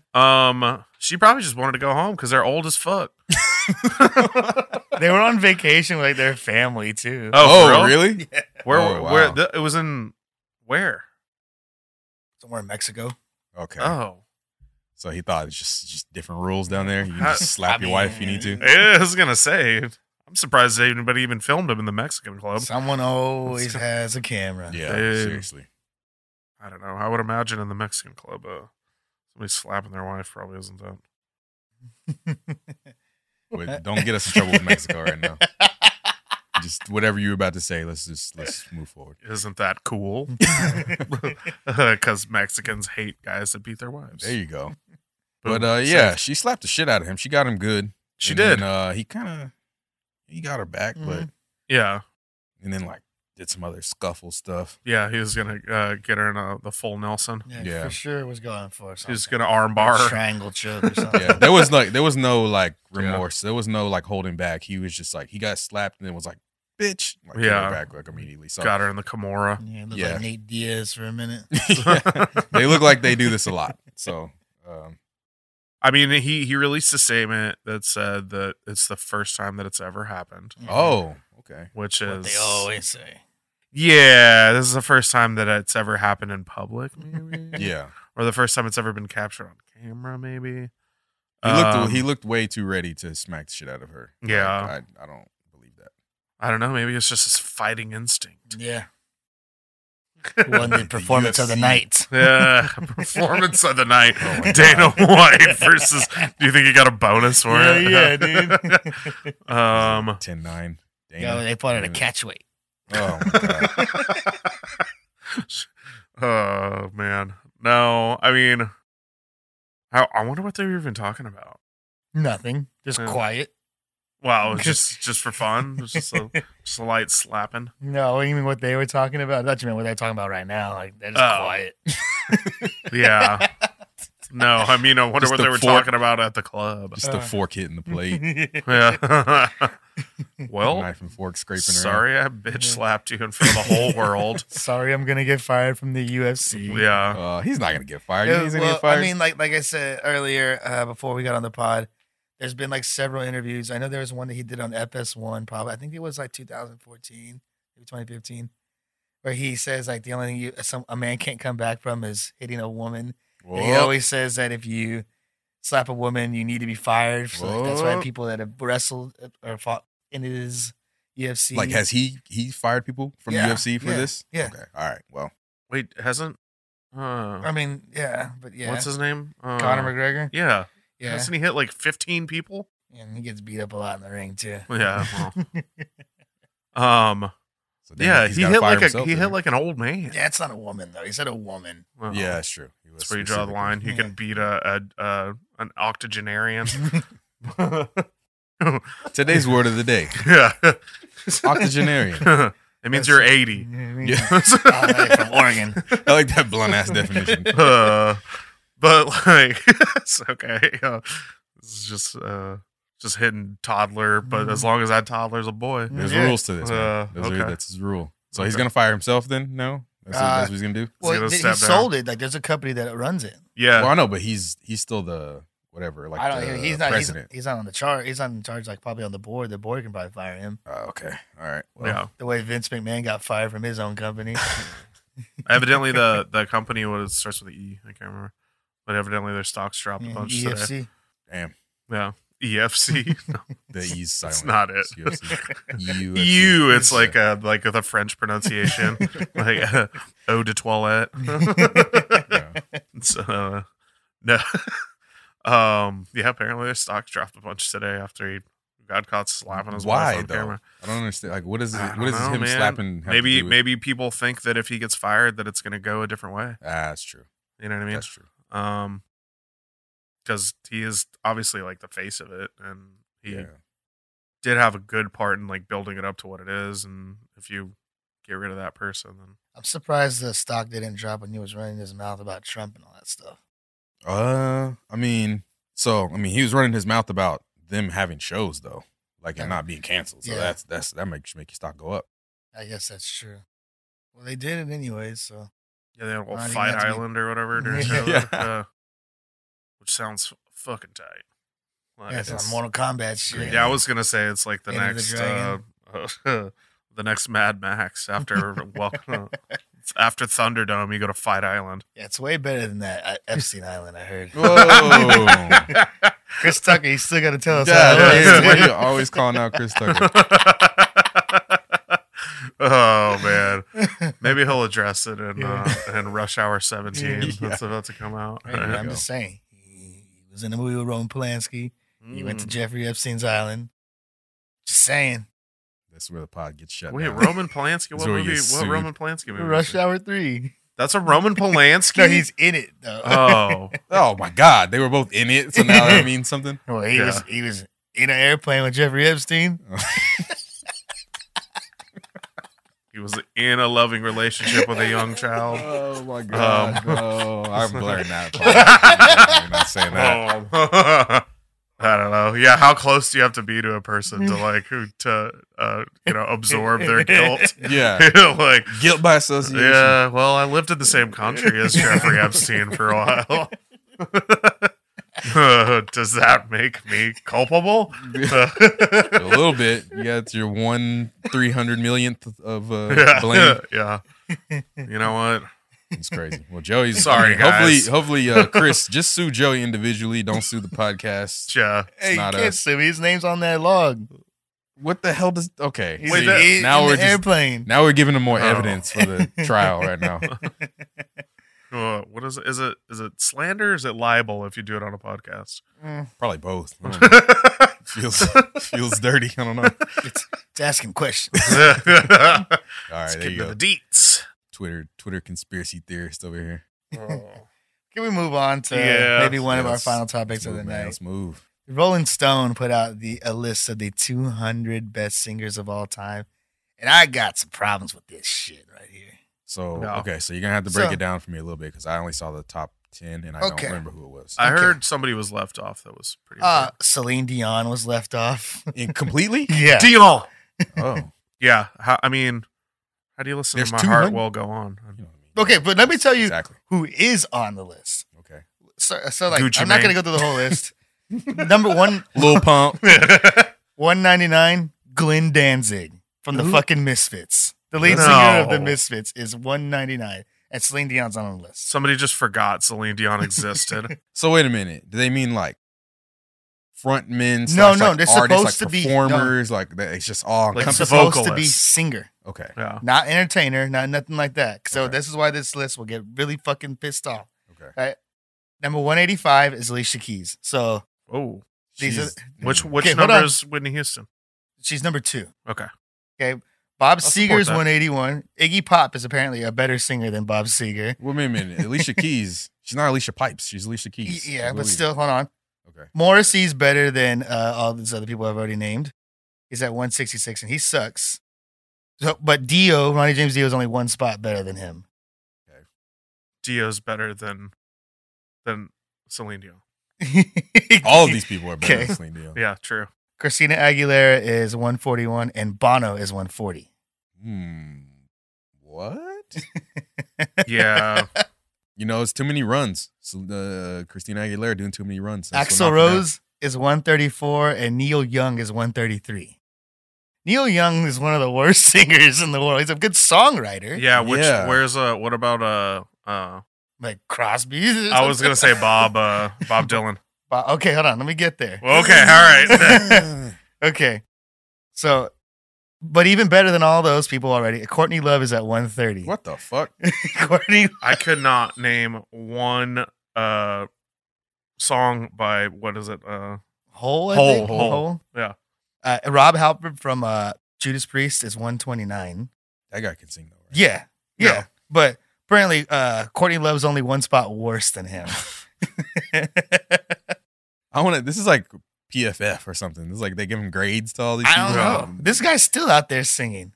Speaker 1: Um, she probably just wanted to go home because they're old as fuck.
Speaker 3: Oh, They were on vacation with like, their family too.
Speaker 1: Oh, for
Speaker 2: Oh,
Speaker 1: real?
Speaker 2: really?
Speaker 3: Yeah.
Speaker 1: Where?
Speaker 2: Oh, wow.
Speaker 1: Where? The, it was in where?
Speaker 3: Somewhere in Mexico.
Speaker 2: Okay.
Speaker 1: Oh,
Speaker 2: So he thought it's just just different rules down there. You can
Speaker 1: How-
Speaker 2: just slap
Speaker 3: I
Speaker 2: your wife if you
Speaker 3: mean-
Speaker 2: need to.
Speaker 1: yeah, I was gonna say. I'm surprised anybody even filmed him in the Mexican club.
Speaker 3: Someone always has a camera.
Speaker 2: Yeah,
Speaker 1: Dude.
Speaker 2: seriously.
Speaker 1: I don't know. I would imagine in the Mexican club, uh, somebody slapping their wife probably isn't that.
Speaker 2: But don't get us in trouble with Mexico right now. Just whatever you were about to say, let's just let's move forward.
Speaker 1: Isn't that cool? Because Mexicans hate guys that beat their wives.
Speaker 2: There you go.
Speaker 1: Boom.
Speaker 2: But uh, yeah,
Speaker 1: Said.
Speaker 2: she slapped the shit out of him. She got him good.
Speaker 1: she
Speaker 2: And
Speaker 1: did.
Speaker 2: Then, uh, he kind of he got her back, but
Speaker 3: Mhm.
Speaker 1: yeah,
Speaker 2: and then like did some other scuffle stuff.
Speaker 1: yeah. He was gonna uh, get her in a, the full Nelson.
Speaker 3: Yeah,
Speaker 2: Yeah.
Speaker 3: for sure was going for
Speaker 1: He
Speaker 3: something.
Speaker 1: was gonna armbar her.
Speaker 3: triangle choke or something.
Speaker 2: Yeah, there was like there was no like
Speaker 1: Yeah.
Speaker 2: remorse. There was no like holding back. He was just like he got slapped and then was like, "Bitch!" Like, yeah,
Speaker 1: Yeah.
Speaker 2: back like immediately. So
Speaker 1: Got her in the Kimura.
Speaker 3: Yeah, it looked
Speaker 2: Yeah.
Speaker 3: like Nate Diaz for a minute.
Speaker 2: they look like they do this a lot. So um,
Speaker 1: I mean, he he released a statement that said that it's the first time that it's ever happened,
Speaker 2: oh, okay.
Speaker 1: which
Speaker 3: what
Speaker 1: is
Speaker 3: they always say.
Speaker 1: yeah, this is the first time that it's ever happened in public, maybe,
Speaker 2: Yeah,
Speaker 1: or the first time it's ever been captured on camera, maybe.
Speaker 2: he looked
Speaker 1: Um,
Speaker 2: he looked way too ready to smack the shit out of her. Like,
Speaker 1: Yeah.
Speaker 2: I, I don't believe that.
Speaker 1: I don't know. Maybe it's just his fighting instinct.
Speaker 3: Yeah. Won the performance of the
Speaker 2: UFC.
Speaker 3: night.
Speaker 1: Yeah, performance of the night,
Speaker 2: Oh my
Speaker 1: Dana White versus. Do you think he got a bonus for it?
Speaker 3: dude.
Speaker 1: um,
Speaker 2: ten nine. Dana.
Speaker 3: Yo, they fought at a
Speaker 2: Dana.
Speaker 3: catch weight.
Speaker 2: Oh my god.
Speaker 1: oh man, no. I mean, I, I wonder what they were even talking about.
Speaker 3: Nothing. Just
Speaker 1: Yeah.
Speaker 3: quiet.
Speaker 1: Wow, it's just just for fun, It's just a, just a light slapping.
Speaker 3: No, even what they were talking about. That's what they're talking about right now. Like they're just
Speaker 1: Oh.
Speaker 3: quiet.
Speaker 1: Yeah, no. I mean, I wonder
Speaker 2: Just
Speaker 1: what
Speaker 2: the
Speaker 1: they were
Speaker 2: fork.
Speaker 1: talking about at the club.
Speaker 2: Just the
Speaker 3: Uh.
Speaker 2: fork hitting the plate.
Speaker 1: Yeah. well,
Speaker 2: knife and fork scraping. Around.
Speaker 1: sorry, I bitch slapped you in front of the whole world.
Speaker 3: Sorry, I'm gonna get fired from the UFC.
Speaker 1: Yeah,
Speaker 2: Uh, he's not gonna get fired. You
Speaker 3: Yeah,
Speaker 2: think he's gonna
Speaker 3: well,
Speaker 2: get fired.
Speaker 3: I mean, like like I said earlier, uh, before we got on the pod, there's been like several interviews. I know there was one that he did on FS1, probably. I think it was like 2014, maybe 2015, where he says like the only thing you some a man can't come back from is hitting a woman. And he
Speaker 2: Whoa.
Speaker 3: always says that if you slap a woman, you need to be fired. So like, that's why
Speaker 2: Whoa.
Speaker 3: people that have wrestled uh, or fought in his UFC,
Speaker 2: like has he he fired people from
Speaker 3: Yeah,
Speaker 2: UFC for
Speaker 3: yeah,
Speaker 2: this?
Speaker 3: yeah.
Speaker 2: Okay. All right. Well,
Speaker 1: wait, hasn't
Speaker 3: I
Speaker 2: Um,
Speaker 1: uh,
Speaker 3: mean, yeah, but yeah,
Speaker 1: what's his name? Uh,
Speaker 3: Conor McGregor,
Speaker 1: Yeah,
Speaker 3: yeah,
Speaker 1: Hasn't he hit like 15 people?
Speaker 3: and he gets beat up a lot in the ring too.
Speaker 1: Yeah. well. um.
Speaker 2: so then
Speaker 1: Yeah.
Speaker 2: he's
Speaker 1: He
Speaker 2: gotta
Speaker 1: hit
Speaker 2: fire
Speaker 1: like a,
Speaker 2: himself
Speaker 1: he
Speaker 2: then.
Speaker 1: hit like an old man.
Speaker 3: Yeah, it's not a woman though. He said a woman.
Speaker 1: Well,
Speaker 2: yeah. That's true. He was
Speaker 1: That's where you draw the
Speaker 2: specifically-
Speaker 1: line. You
Speaker 3: Yeah.
Speaker 1: can beat a, a, a an octogenarian.
Speaker 2: Today's word of the day:
Speaker 1: yeah.
Speaker 2: octogenarian.
Speaker 1: it means you're 80.
Speaker 3: Yeah.
Speaker 2: Yeah,
Speaker 3: from Oregon.
Speaker 2: I like that blunt ass definition.
Speaker 1: uh, but like, it's okay. Uh, it's just uh, just hitting toddler. But as long as that toddler's a boy,
Speaker 2: Mm-hmm. There's
Speaker 3: Yeah.
Speaker 2: rules to this. Man.
Speaker 1: Uh,
Speaker 2: Those are-
Speaker 1: okay.
Speaker 2: that's his rule. So he's
Speaker 1: Okay.
Speaker 2: gonna fire himself then? No, that's, what,
Speaker 3: Uh,
Speaker 2: that's what he's gonna do.
Speaker 1: gonna
Speaker 3: Well, he, he
Speaker 1: step down.
Speaker 3: sold it. Like, there's a company that runs it.
Speaker 1: yeah.
Speaker 2: Well, I know, but he's he's still the whatever. Like
Speaker 3: I don't.
Speaker 2: the
Speaker 3: he's not. He's,
Speaker 2: president.
Speaker 3: he's not on the chart. He's not in charge. Like, probably on the board. The board can probably fire him.
Speaker 2: Oh, okay. All right. Well,
Speaker 1: yeah.
Speaker 3: The way Vince McMahon got fired from his own company.
Speaker 1: Evidently, the the company what it starts with an E. I can't remember, but evidently their stocks dropped a bunch today.
Speaker 3: EFC.
Speaker 2: Damn.
Speaker 1: Yeah, EFC.
Speaker 2: The E's silent.
Speaker 1: That's not it.
Speaker 2: UFC. UFC.
Speaker 1: You, it's like a like the French pronunciation, like uh, eau de toilette.
Speaker 2: Yeah.
Speaker 1: It's, uh, no, um, yeah. Apparently, their stocks dropped a bunch today after he got caught slapping his
Speaker 2: Why
Speaker 1: wife on
Speaker 2: though?
Speaker 1: camera.
Speaker 2: I don't understand. Like, what is it?
Speaker 1: I don't
Speaker 2: What is
Speaker 1: know,
Speaker 2: him
Speaker 1: man.
Speaker 2: slapping? have to
Speaker 1: Maybe
Speaker 2: do with-
Speaker 1: maybe people think that if he gets fired, that it's going to go a different way.
Speaker 2: Ah, that's true.
Speaker 1: You know what I mean?
Speaker 2: That's true.
Speaker 1: Um, because he is obviously like the face of it, and he
Speaker 2: Yeah.
Speaker 1: did have a good part in like building it up to what it is. And if you get rid of that person, then
Speaker 3: I'm surprised the stock didn't drop when he was running his mouth about Trump and all that stuff.
Speaker 2: Uh, I mean, so I mean, he was running his mouth about them having shows though, like and
Speaker 3: Yeah.
Speaker 2: not being canceled. So
Speaker 3: Yeah.
Speaker 2: that's that's that makes make your stock go up.
Speaker 3: I guess that's true. Well, they did it anyways, so
Speaker 1: yeah, they had a little
Speaker 3: I think
Speaker 1: fight
Speaker 3: that's me.
Speaker 1: island or whatever, during
Speaker 3: Yeah.
Speaker 1: Charlotte,
Speaker 2: Yeah.
Speaker 1: uh, which sounds f- fucking tight. Like,
Speaker 3: yeah, it's on
Speaker 2: it's-
Speaker 3: Mortal Kombat shit.
Speaker 1: yeah, I was gonna say it's like the
Speaker 3: End of the
Speaker 1: next
Speaker 3: Dragon.
Speaker 1: uh, the next Mad Max after welcome after Thunderdome, you go to Fight Island.
Speaker 3: Yeah, it's way better than that. I, Epstein Island, I heard.
Speaker 2: Whoa.
Speaker 3: Chris Tucker, you still got to tell us.
Speaker 2: Yeah,
Speaker 3: how it
Speaker 2: yeah,
Speaker 3: is.
Speaker 2: why you always calling out Chris Tucker?
Speaker 1: oh man, maybe he'll address it in
Speaker 3: Yeah.
Speaker 1: uh, in Rush Hour 17
Speaker 2: Yeah.
Speaker 1: that's about to come out.
Speaker 3: Hey,
Speaker 2: There you
Speaker 3: I'm
Speaker 2: go.
Speaker 3: just saying. He he was in a movie with Roman Polanski. He went to
Speaker 1: Mm.
Speaker 3: Jeffrey Epstein's island. Just saying.
Speaker 2: That's where the pod gets shut.
Speaker 1: Wait,
Speaker 2: down.
Speaker 1: Roman Polanski?
Speaker 2: This
Speaker 1: What
Speaker 2: is where you
Speaker 1: movie?
Speaker 2: get
Speaker 1: What
Speaker 2: sued.
Speaker 1: Roman Polanski movie?
Speaker 3: Rush Hour 3.
Speaker 1: That's a Roman Polanski.
Speaker 3: No, he's in it, though.
Speaker 1: oh,
Speaker 2: Oh my God, they were both in it, so now that means something.
Speaker 3: well, he,
Speaker 1: yeah.
Speaker 3: was, he was in an airplane with Jeffrey Epstein.
Speaker 1: he was in a loving relationship with a young child.
Speaker 2: Oh my
Speaker 1: God,
Speaker 2: no. I'm blurring that.
Speaker 3: part.
Speaker 2: I'm not saying that.
Speaker 1: Oh. I don't know. Yeah, how close do you have to be to a person to like who to uh, you know absorb their guilt?
Speaker 2: Yeah,
Speaker 1: You know, like
Speaker 2: guilt by association.
Speaker 1: yeah. Well, I lived in the same country as Jeffrey Epstein for a while. Does that make me culpable?
Speaker 2: a little bit. Yeah, it's your one three hundred millionth of uh, blame.
Speaker 1: yeah, yeah. You know what?
Speaker 2: It's crazy. Well, Joey's
Speaker 1: Sorry,
Speaker 2: I mean,
Speaker 1: guys.
Speaker 2: Hopefully, hopefully, uh, Chris, just sue Joey individually. Don't sue the podcast.
Speaker 1: Yeah.
Speaker 3: Hey, you
Speaker 2: not
Speaker 3: can't
Speaker 2: us.
Speaker 3: sue me. His name's on that log.
Speaker 2: What the hell does? Okay,
Speaker 3: He's
Speaker 1: Wait,
Speaker 2: see,
Speaker 1: that-
Speaker 3: in,
Speaker 2: now
Speaker 3: in
Speaker 2: we're
Speaker 3: the
Speaker 2: just-
Speaker 3: airplane.
Speaker 2: now we're giving him more
Speaker 1: Oh.
Speaker 2: evidence for the trial right now.
Speaker 1: Uh, what is it? Is it is it slander? Or is it libel? If you do it on a podcast,
Speaker 3: Mm,
Speaker 2: Probably both. I don't know. feels feels dirty. I don't know. All
Speaker 3: It's asking questions.
Speaker 1: let's
Speaker 2: right, there
Speaker 1: get
Speaker 2: you
Speaker 1: into
Speaker 2: go.
Speaker 1: the deets.
Speaker 2: Twitter Twitter conspiracy theorist over here. Oh.
Speaker 3: Can we move on to
Speaker 1: Yeah.
Speaker 3: maybe one of our
Speaker 2: Yes.
Speaker 3: final
Speaker 2: Let's
Speaker 3: topics of
Speaker 2: move,
Speaker 3: the
Speaker 2: man.
Speaker 3: night?
Speaker 2: Let's move.
Speaker 3: Rolling Stone put out the a list of the 200 best singers of all time, and I got some problems with this shit right here.
Speaker 2: So
Speaker 1: No.
Speaker 2: okay, so you're gonna have to break
Speaker 3: So-
Speaker 2: it down for me a little bit because I only saw the top ten and I
Speaker 3: Okay.
Speaker 2: don't remember who it was.
Speaker 1: I
Speaker 3: Okay.
Speaker 1: heard somebody was left off. That was pretty.
Speaker 3: Uh, Celine Dion was left off.
Speaker 2: In completely?
Speaker 3: yeah,
Speaker 1: Dion.
Speaker 2: Oh,
Speaker 1: Yeah. How, I mean, how do you listen
Speaker 2: There's
Speaker 1: to my
Speaker 2: 200?
Speaker 1: heart? Will go on.
Speaker 2: you know what I mean.
Speaker 3: okay, but let me tell you
Speaker 2: Exactly.
Speaker 3: who is on the list.
Speaker 2: Okay.
Speaker 3: So, so like,
Speaker 1: Gucci
Speaker 3: I'm not gonna
Speaker 1: Mane.
Speaker 3: go through the whole list. Number one,
Speaker 2: Lil Pump.
Speaker 3: one ninety nine, Glenn Danzig from the
Speaker 1: Who?
Speaker 3: fucking Misfits. The lead
Speaker 1: No.
Speaker 3: singer of the Misfits is one ninety nine, and Celine Dion's on the list.
Speaker 1: Somebody just forgot Celine Dion existed.
Speaker 2: So wait a minute. Do they mean like front men?
Speaker 3: No,
Speaker 2: slash,
Speaker 3: no,
Speaker 2: like,
Speaker 3: they're
Speaker 2: artists,
Speaker 3: supposed to
Speaker 2: like
Speaker 3: be-
Speaker 2: performers. Like that, it's just all
Speaker 1: Like
Speaker 3: It's
Speaker 2: encompassing.
Speaker 1: supposed-
Speaker 3: supposed to be
Speaker 1: vocalist.
Speaker 3: singer.
Speaker 2: okay.
Speaker 1: yeah.
Speaker 3: not entertainer, not nothing like that. So
Speaker 2: Okay.
Speaker 3: this is why this list will get really fucking pissed off.
Speaker 2: Okay.
Speaker 3: Number one eighty five is Alicia Keys, so
Speaker 1: Oh,
Speaker 3: These are-
Speaker 2: She's-
Speaker 1: which
Speaker 2: mm,
Speaker 1: which
Speaker 3: Okay, hold
Speaker 1: number
Speaker 3: on.
Speaker 1: is Whitney Houston?
Speaker 3: she's number two.
Speaker 1: Okay.
Speaker 3: Bob
Speaker 1: support
Speaker 3: Seger's
Speaker 1: that.
Speaker 3: one eighty one. Iggy Pop is apparently a better singer than Bob Seger.
Speaker 2: Wait a minute. Alicia Keys. She's not Alicia Pipes. She's Alicia Keys.
Speaker 3: Y- yeah,
Speaker 2: I
Speaker 3: but
Speaker 2: believe.
Speaker 3: still, hold on.
Speaker 2: Okay.
Speaker 3: Morrissey's better than uh, all these other people I've already named. He's at one sixty six, and he sucks. So, but Dio, Ronnie James Dio, is only one spot better than him.
Speaker 1: Dio's better than than Celine Dion.
Speaker 2: All of these people are better
Speaker 3: Okay.
Speaker 2: than Celine Dion.
Speaker 1: Yeah. True.
Speaker 3: Christina Aguilera is one forty one, and Bono is one forty.
Speaker 2: Hmm. What?
Speaker 1: Yeah.
Speaker 2: You know, it's too many runs. So, uh, Christina Aguilera doing too many runs. That's
Speaker 3: Axel
Speaker 2: what knocked her down.
Speaker 3: Rose is 134 and Neil Young is 133. Neil Young is one of the worst singers in the world. He's a good songwriter.
Speaker 1: yeah. Which?
Speaker 2: Yeah.
Speaker 1: Where's uh? What about uh? Uh.
Speaker 3: Like Crosby.
Speaker 1: I was gonna say Bob. Uh. Bob Dylan.
Speaker 3: Bo- okay, hold on. Let me get there.
Speaker 1: Well, okay, all right.
Speaker 3: Okay. So, but even better than all those people already, Courtney Love is at 130.
Speaker 2: what the fuck?
Speaker 3: Courtney,
Speaker 1: I could not name one uh song by what is it? Uh
Speaker 3: Hole, I
Speaker 1: Hole,
Speaker 3: think?
Speaker 1: Hole. Yeah.
Speaker 3: Uh, Rob Halpert from uh, Judas Priest is 129.
Speaker 2: That guy can sing though. Right?
Speaker 3: Yeah. Yeah.
Speaker 1: No.
Speaker 3: But apparently, uh, Courtney Love's only one spot worse than him.
Speaker 2: I want to. This is like PFF or something. This is like they give him grades to all these.
Speaker 3: I
Speaker 2: people. Oh
Speaker 3: don't know.
Speaker 1: Um,
Speaker 3: This guy's still out there singing.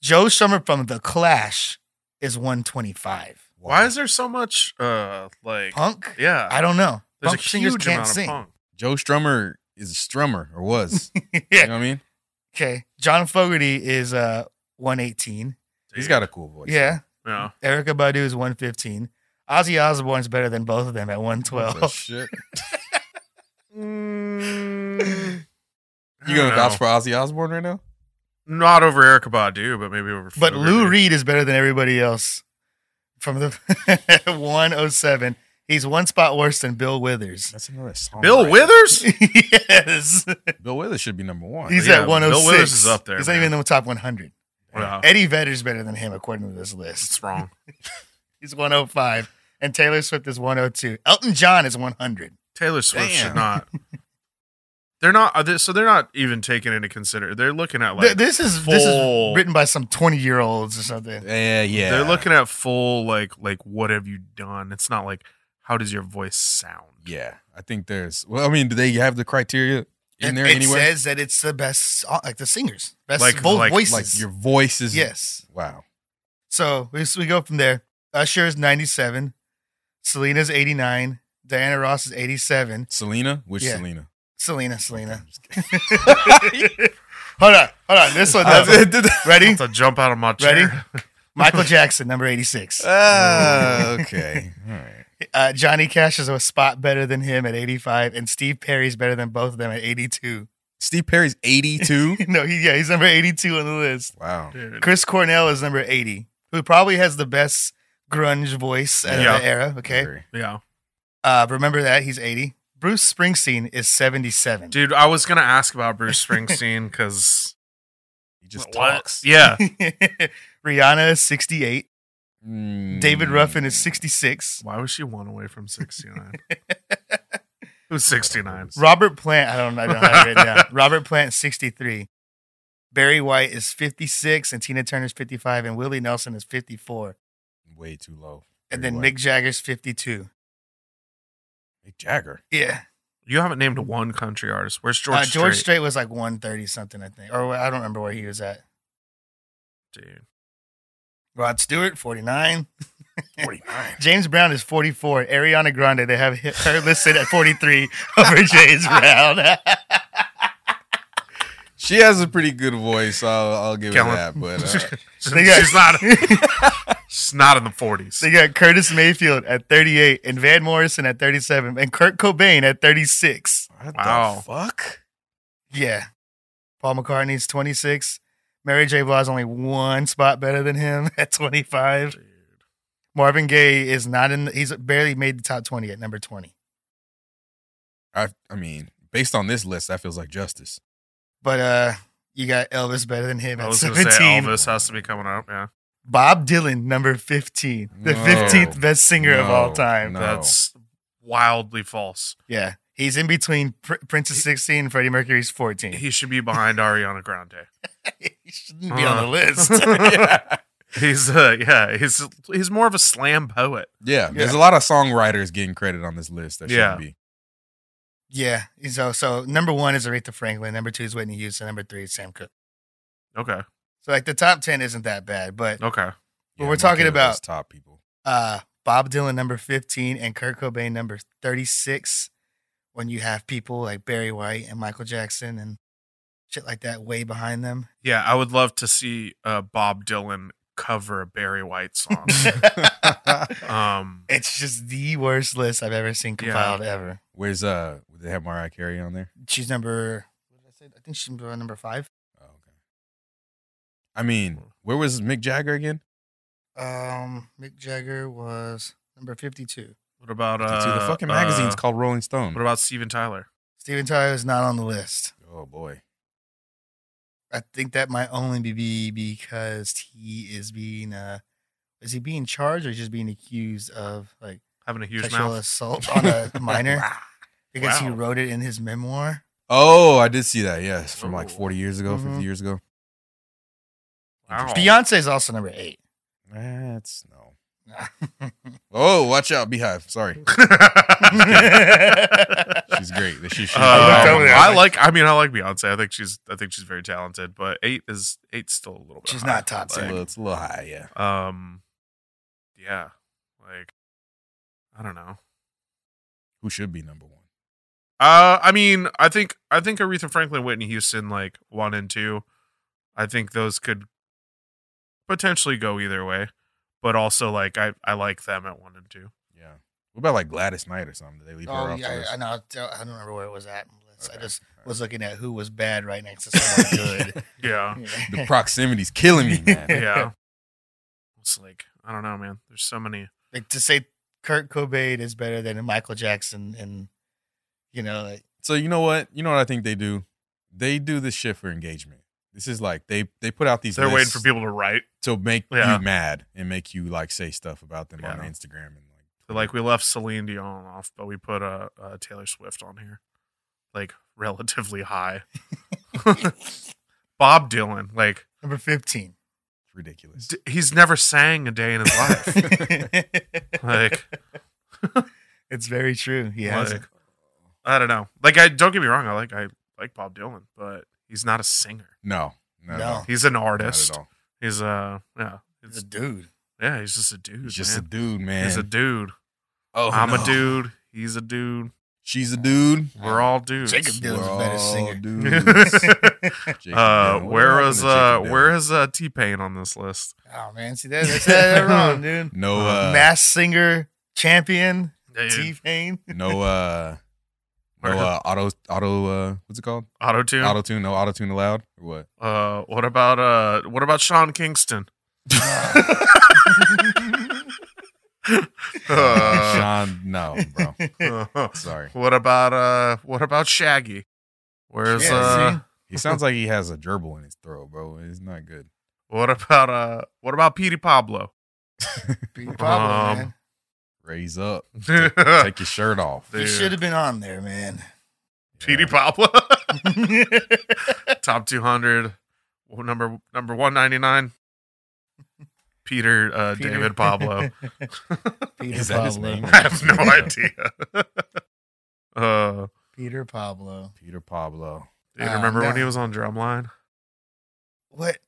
Speaker 3: Joe Summer from The Clash is 125.
Speaker 1: Why is there so much uh like
Speaker 3: Punk?
Speaker 1: Yeah.
Speaker 3: I don't know.
Speaker 1: there's
Speaker 3: punk
Speaker 1: a huge amount of punk.
Speaker 2: Joe Strummer is a strummer or was? You know
Speaker 3: yeah.
Speaker 2: what I mean?
Speaker 3: Okay. John Fogerty is uh 118.
Speaker 2: He's got a cool voice.
Speaker 3: Yeah.
Speaker 1: Yeah.
Speaker 3: Erica Badu is 115. Ozzy Osbourne's better than both of them at
Speaker 2: What the
Speaker 3: 112.
Speaker 2: shit.
Speaker 1: I Mm.
Speaker 2: You gonna
Speaker 1: don't
Speaker 2: vouch
Speaker 1: know.
Speaker 2: for Ozzy Osbourne right now?
Speaker 1: not over Erica Badu, but maybe over
Speaker 3: But Lou
Speaker 1: Fogerty.
Speaker 3: Reed is better than everybody else. From the 107, he's one spot worse than Bill Withers.
Speaker 2: That's another song.
Speaker 1: Bill Withers?
Speaker 3: yes.
Speaker 2: Bill Withers should be number one.
Speaker 3: He's
Speaker 1: Yeah,
Speaker 3: at
Speaker 1: Bill
Speaker 3: 106.
Speaker 1: Withers is up there,
Speaker 3: He's
Speaker 1: man.
Speaker 3: not even in the top 100.
Speaker 1: Wow.
Speaker 3: Eddie Vedder's better than him according to this list.
Speaker 1: It's wrong.
Speaker 3: He's 105 and Taylor Swift is 102. Elton John is 100.
Speaker 1: Taylor Swift
Speaker 2: Damn.
Speaker 1: should not. They're not are they- so they're not even taking into consider. They're looking at like
Speaker 3: Th- this is this
Speaker 1: full-
Speaker 3: is written by some 20-year-olds or something.
Speaker 2: Yeah, yeah.
Speaker 1: They're looking at full like like what have you done? It's not like how does your voice sound?
Speaker 2: Yeah, I think there's. Well, I mean, do they have the criteria in
Speaker 3: It-
Speaker 2: there
Speaker 3: it
Speaker 2: anywhere?
Speaker 3: says that it's the best so- like the singers, best
Speaker 1: Like-
Speaker 3: vo-
Speaker 1: like-
Speaker 3: voices.
Speaker 2: like your voice is.
Speaker 3: yes.
Speaker 2: Wow.
Speaker 3: So we, so we go from there. Usher is 97, Selena's 89, Diana Ross is 87,
Speaker 2: Selena? Which
Speaker 3: Yeah.
Speaker 2: Selena?
Speaker 3: Selena, Selena.
Speaker 2: Just
Speaker 3: hold on, hold on. This one, though.
Speaker 2: kidding.
Speaker 3: ready?
Speaker 1: It's a jump out of my chair.
Speaker 3: Ready? Michael Jackson, number 86.
Speaker 2: Uh, Ah, okay. All right.
Speaker 3: Uh, Johnny Cash is a spot better than him at 85, and Steve Perry's better than both of them at 82.
Speaker 2: Steve Perry's 82.
Speaker 3: no, he, yeah, he's number 82 on the list.
Speaker 2: wow.
Speaker 1: Dude.
Speaker 3: Chris Cornell is number 80, who probably has the best grunge voice out
Speaker 1: Yeah.
Speaker 3: of the era. Okay.
Speaker 2: Very.
Speaker 1: Yeah.
Speaker 3: Uh, remember that he's 80. Bruce Springsteen is 77.
Speaker 1: Dude, I was gonna ask about Bruce Springsteen because
Speaker 2: He just talks.
Speaker 1: Yeah.
Speaker 3: Rihanna is 68.
Speaker 2: Mm.
Speaker 3: David Ruffin is 66.
Speaker 1: Why was she one away from sixty nine? Who's sixty nine?
Speaker 3: Robert Plant, I don't, I don't know how to write it down. Robert Plant, 63. Barry White is 56, and Tina Turner's 55, and Willie Nelson is 54.
Speaker 2: Way too low.
Speaker 3: And
Speaker 2: Very
Speaker 3: then
Speaker 2: low.
Speaker 3: Mick Jagger's 52.
Speaker 2: Mick Jagger.
Speaker 3: Yeah.
Speaker 1: You haven't named one country artist. Where's George?
Speaker 3: Uh, George
Speaker 1: Strait?
Speaker 3: Strait was like 130 something, I think. Or I don't remember where he was at.
Speaker 1: Dude.
Speaker 3: Rod Stewart, 49.
Speaker 2: 49.
Speaker 3: James Brown is 44. Ariana Grande, they have hi- her listed at 43 over James Brown.
Speaker 2: she has a pretty good voice. I'll, I'll give her
Speaker 1: Kellen.
Speaker 2: that. But uh,
Speaker 3: They got-
Speaker 1: she's not she's not in the forties.
Speaker 3: they got Curtis Mayfield at 38 and Van Morrison at 37 and Kurt Cobain at 36.
Speaker 2: what
Speaker 1: Wow.
Speaker 2: the fuck?
Speaker 3: Yeah. Paul McCartney's 26. Mary J. Blige's only one spot better than him at 25. Marvin Gaye is not in, he's barely made the top 20 at number 20.
Speaker 2: I, I mean, based on this list, that feels like justice.
Speaker 3: But uh you got Elvis better than him
Speaker 1: I
Speaker 3: at
Speaker 1: was gonna
Speaker 3: 17.
Speaker 1: say Elvis has to be coming up. Yeah,
Speaker 3: Bob Dylan, number 15, the
Speaker 2: No.
Speaker 3: 15th best singer of all
Speaker 2: No.
Speaker 3: time.
Speaker 2: No.
Speaker 1: that's wildly false.
Speaker 3: Yeah. He's in between Pr- Prince is 16 and Freddie Mercury's 14. He,
Speaker 1: He should be behind Ariana Grande.
Speaker 3: shouldn't be on the
Speaker 1: Uh.
Speaker 3: list.
Speaker 2: yeah.
Speaker 1: He's uh, yeah, he's he's more of a slam poet.
Speaker 2: There's a lot of songwriters getting credit on this list that
Speaker 1: Yeah.
Speaker 2: shouldn't be.
Speaker 3: yeah. So, so number one is Aretha Franklin. Number two is Whitney Houston. Number three is Sam Cooke.
Speaker 1: Okay,
Speaker 3: So, like, the top 10 isn't that bad. But
Speaker 1: okay.
Speaker 3: Well, we're talking
Speaker 2: Michael
Speaker 3: about-
Speaker 2: Jackson top people.
Speaker 3: uh, Bob Dylan, number 15, and Kurt Cobain, number 36. When you have people like Barry White and Michael Jackson and shit like that way behind them.
Speaker 1: Yeah, I would love to see uh, Bob Dylan cover a Barry White song.
Speaker 2: Uh,
Speaker 1: um,
Speaker 3: It's just the worst list I've ever seen
Speaker 1: Yeah.
Speaker 3: compiled ever.
Speaker 2: Where's uh? Would they have Mariah Carey on there?
Speaker 3: She's number. What did I say? I think she's number five.
Speaker 2: Oh, okay. I mean, where was Mick Jagger again?
Speaker 3: Um, Mick Jagger was number fifty-two.
Speaker 1: what What about
Speaker 2: Dude,
Speaker 1: uh,
Speaker 2: the fucking magazine's
Speaker 1: uh,
Speaker 2: called Rolling Stone.
Speaker 1: What about Steven Tyler?
Speaker 3: Steven Tyler is not on the list.
Speaker 2: oh boy,
Speaker 3: I think that might only be- be because he is being uh is he being charged or just being accused of like
Speaker 1: Having a huge
Speaker 3: sexual
Speaker 1: mouth.
Speaker 3: assault on a minor because he
Speaker 1: Wow.
Speaker 3: wrote it in his memoir.
Speaker 2: Oh, I did see that. Yes, from like
Speaker 1: Ooh.
Speaker 2: 40 years ago,
Speaker 3: Mhm.
Speaker 2: 50 years ago. Oh.
Speaker 1: Wow.
Speaker 3: Beyonce is also number eight.
Speaker 2: That's no. Oh, watch out, Beehive. Sorry, she's great. She, she, she's-
Speaker 1: Uh,
Speaker 3: I looked over there,
Speaker 1: I
Speaker 3: I'm
Speaker 1: like. I mean, I like Beyonce. I think she's. I think she's very talented. But eight is eight's still a little bit.
Speaker 3: She's
Speaker 1: high.
Speaker 3: not top
Speaker 2: it's, a
Speaker 1: Like,
Speaker 2: little, it's a little high. Yeah,
Speaker 1: Um, yeah, like I don't know.
Speaker 2: who should be number one?
Speaker 1: Uh, I mean, I think I think Aretha Franklin, Whitney Houston, like one and two, I think those could potentially go either way. But also, like I I like them at one and two.
Speaker 2: Yeah. What about like Gladys Knight or something? Did they leave her
Speaker 3: oh
Speaker 2: off the
Speaker 3: yeah,
Speaker 2: list?
Speaker 3: I, I know. I don't I don't remember where it was at. on the list. I
Speaker 2: Okay.
Speaker 3: just was looking at who was bad right next to someone good.
Speaker 1: Yeah,
Speaker 2: the proximity's killing me, man.
Speaker 1: yeah. It's like I don't know, man. There's so many.
Speaker 3: like to say Kurt Cobain is better than Michael Jackson, and you know, like,
Speaker 2: so you know what? You know what I think they do? They do this shit for engagement. This is like they they put out these.
Speaker 1: They're waiting
Speaker 2: lists
Speaker 1: for people to write.
Speaker 2: to make
Speaker 1: Yeah.
Speaker 2: you mad and make you like say stuff about them on
Speaker 1: Yeah.
Speaker 2: Instagram and like.
Speaker 1: They're like we left Celine Dion off, but we put uh, uh Taylor Swift on here, like relatively high. Bob Dylan, like
Speaker 3: number fifteen.
Speaker 2: It's ridiculous.
Speaker 1: d- he's never sang a day in his life. Like-
Speaker 3: it's very true. He has
Speaker 1: Like, I don't know. Like I don't get me wrong, I like I like Bob Dylan, but he's not a singer.
Speaker 2: No, no,
Speaker 3: No.
Speaker 2: no,
Speaker 1: He's an
Speaker 2: not
Speaker 1: artist.
Speaker 2: at all.
Speaker 1: He's a yeah.
Speaker 3: It's
Speaker 1: It's,
Speaker 3: a dude.
Speaker 1: yeah, he's just a dude.
Speaker 2: He's just a
Speaker 1: man.
Speaker 2: dude, man.
Speaker 1: He's a dude.
Speaker 2: oh,
Speaker 1: I'm
Speaker 2: no.
Speaker 1: a dude. He's a dude.
Speaker 2: She's a dude.
Speaker 1: We're all dudes.
Speaker 3: Jacob Dylan's
Speaker 2: We're
Speaker 3: a better
Speaker 2: all
Speaker 3: singer.
Speaker 2: dudes. Jacob
Speaker 1: Uh,
Speaker 2: Dylan. What
Speaker 1: where
Speaker 2: happened
Speaker 1: is
Speaker 2: to
Speaker 1: uh,
Speaker 2: Jacob Dylan?
Speaker 1: where is uh T Pain on this list?
Speaker 3: Oh man, see that that's that wrong, dude.
Speaker 2: no uh,
Speaker 3: Mass singer champion T
Speaker 1: Dude,
Speaker 3: Pain.
Speaker 2: no uh, no
Speaker 1: Where-
Speaker 2: uh, auto auto uh, what's it called?
Speaker 1: Auto tune.
Speaker 2: Auto tune, no auto tune allowed or what?
Speaker 1: Uh, what about uh, what about Sean Kingston? Uh,
Speaker 2: Sean, no, bro. Sorry,
Speaker 1: what about uh, what about Shaggy? Where's
Speaker 3: Yeah,
Speaker 1: uh,
Speaker 3: see?
Speaker 2: he sounds like he has a gerbil in his throat, bro. It's not good.
Speaker 1: what about uh, what about Petey Pablo?
Speaker 3: Big problem,
Speaker 1: Um,
Speaker 3: man.
Speaker 2: Raise up,
Speaker 1: Petey
Speaker 2: take your shirt off.
Speaker 3: He
Speaker 1: dude.
Speaker 3: should have been on there, man.
Speaker 2: Yeah.
Speaker 1: Pablo, top two hundred, number number one ninety nine. Peter, uh,
Speaker 3: Peter-
Speaker 1: David Pablo.
Speaker 3: Peter
Speaker 2: Is that his
Speaker 3: Pablo.
Speaker 2: name?
Speaker 1: I have no idea. uh,
Speaker 3: Peter Pablo.
Speaker 2: Peter Pablo.
Speaker 1: dude,
Speaker 3: Uh,
Speaker 1: remember when
Speaker 3: no.
Speaker 1: he was on Drumline?
Speaker 3: What?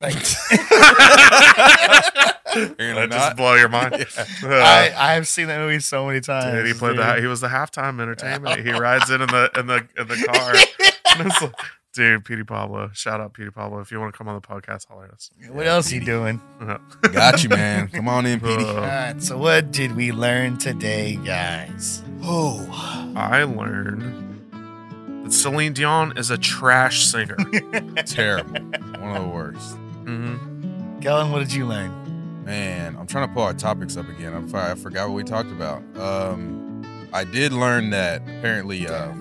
Speaker 3: Like,
Speaker 2: Apparently
Speaker 1: That just
Speaker 2: not.
Speaker 1: blow your mind. Uh,
Speaker 3: I I've seen that movie so many times.
Speaker 1: Dude, he played
Speaker 3: dude.
Speaker 1: the. He was the halftime entertainment. He rides in in the in the in the car. And it's like- dude, Petey Pablo. Shout out Petey Pablo. If you want to come on the podcast, holler at us.
Speaker 3: What else you doing?
Speaker 2: Got you, man. Come on in, Petey.
Speaker 1: Uh,
Speaker 3: All right. So what did we learn today, guys?
Speaker 2: Oh,
Speaker 1: I learned that Celine Dion is a trash singer.
Speaker 2: terrible. One of the worst.
Speaker 1: Mhm.
Speaker 3: Kellen, what did you learn?
Speaker 2: Man, I'm trying to pull our topics up again. I'm fi- I forgot what we talked about. Um, I did learn that apparently, uh,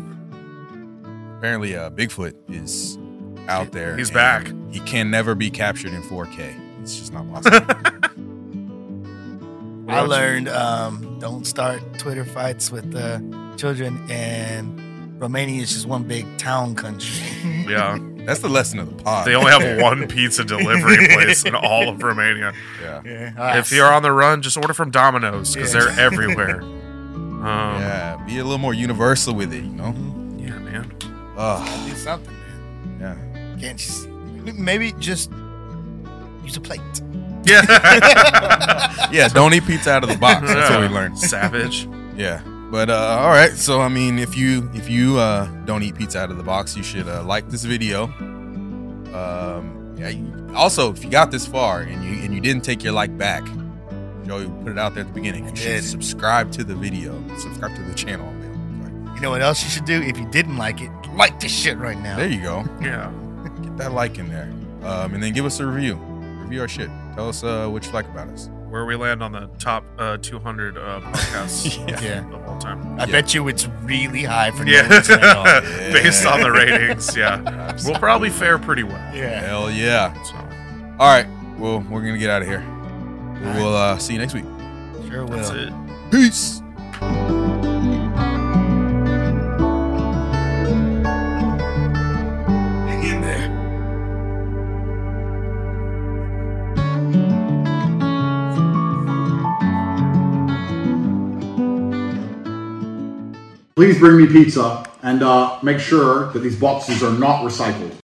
Speaker 2: apparently, uh, Bigfoot is out there.
Speaker 1: He's
Speaker 2: and
Speaker 1: back.
Speaker 2: He can never be captured in 4K. It's just not possible.
Speaker 3: I learned um, don't start Twitter fights with uh, children, and Romania is just one big town country.
Speaker 1: Yeah,
Speaker 2: That's the lesson of the pod.
Speaker 1: they only have one pizza delivery place in all of Romania.
Speaker 2: yeah.
Speaker 3: yeah.
Speaker 1: If you're on the run, just order from Domino's because
Speaker 3: Yeah.
Speaker 1: they're everywhere. Um, yeah.
Speaker 2: Yeah, be a little more universal with it, you know.
Speaker 3: Mhm.
Speaker 1: man.
Speaker 2: Ugh.
Speaker 3: do something, man.
Speaker 2: yeah.
Speaker 3: Mm-hmm. Can't just maybe just use a plate.
Speaker 1: Yeah,
Speaker 2: Yeah, don't eat pizza out of the box. That's what we learned.
Speaker 1: Savage.
Speaker 2: Yeah. But uh, all right, so I mean, if you if you uh, don't eat pizza out of the box, you should uh, like this video. Um, yeah. You, also, if you got this far and you and you didn't take your like back, Joey put it out there at the beginning.
Speaker 3: I
Speaker 2: You
Speaker 3: did.
Speaker 2: should subscribe to the video. Subscribe to the channel. Man.
Speaker 3: You know what else you should do? If you didn't like it, like this shit right now.
Speaker 2: Like, there you go.
Speaker 1: Yeah.
Speaker 2: Get that like in there, um, and then give us a review. Review our shit. Tell us uh, what you like about us.
Speaker 1: where we land on the top uh, 200 uh, podcasts
Speaker 2: Yeah.
Speaker 3: Yeah.
Speaker 1: of all time.
Speaker 3: I
Speaker 2: Yeah.
Speaker 3: bet you it's really high for
Speaker 1: Yeah,
Speaker 3: no reason at all.
Speaker 2: Yeah.
Speaker 1: based on the ratings, yeah, we'll
Speaker 2: Absolutely.
Speaker 1: probably fare pretty well.
Speaker 3: Yeah.
Speaker 2: Hell yeah.
Speaker 1: So
Speaker 2: All right. Well, we're going to get out of here. We'll uh, see you next week.
Speaker 3: Sure will.
Speaker 1: that's it.
Speaker 2: Peace.
Speaker 3: Hang in there.
Speaker 4: Please bring me pizza and uh, make sure that these boxes are not recycled.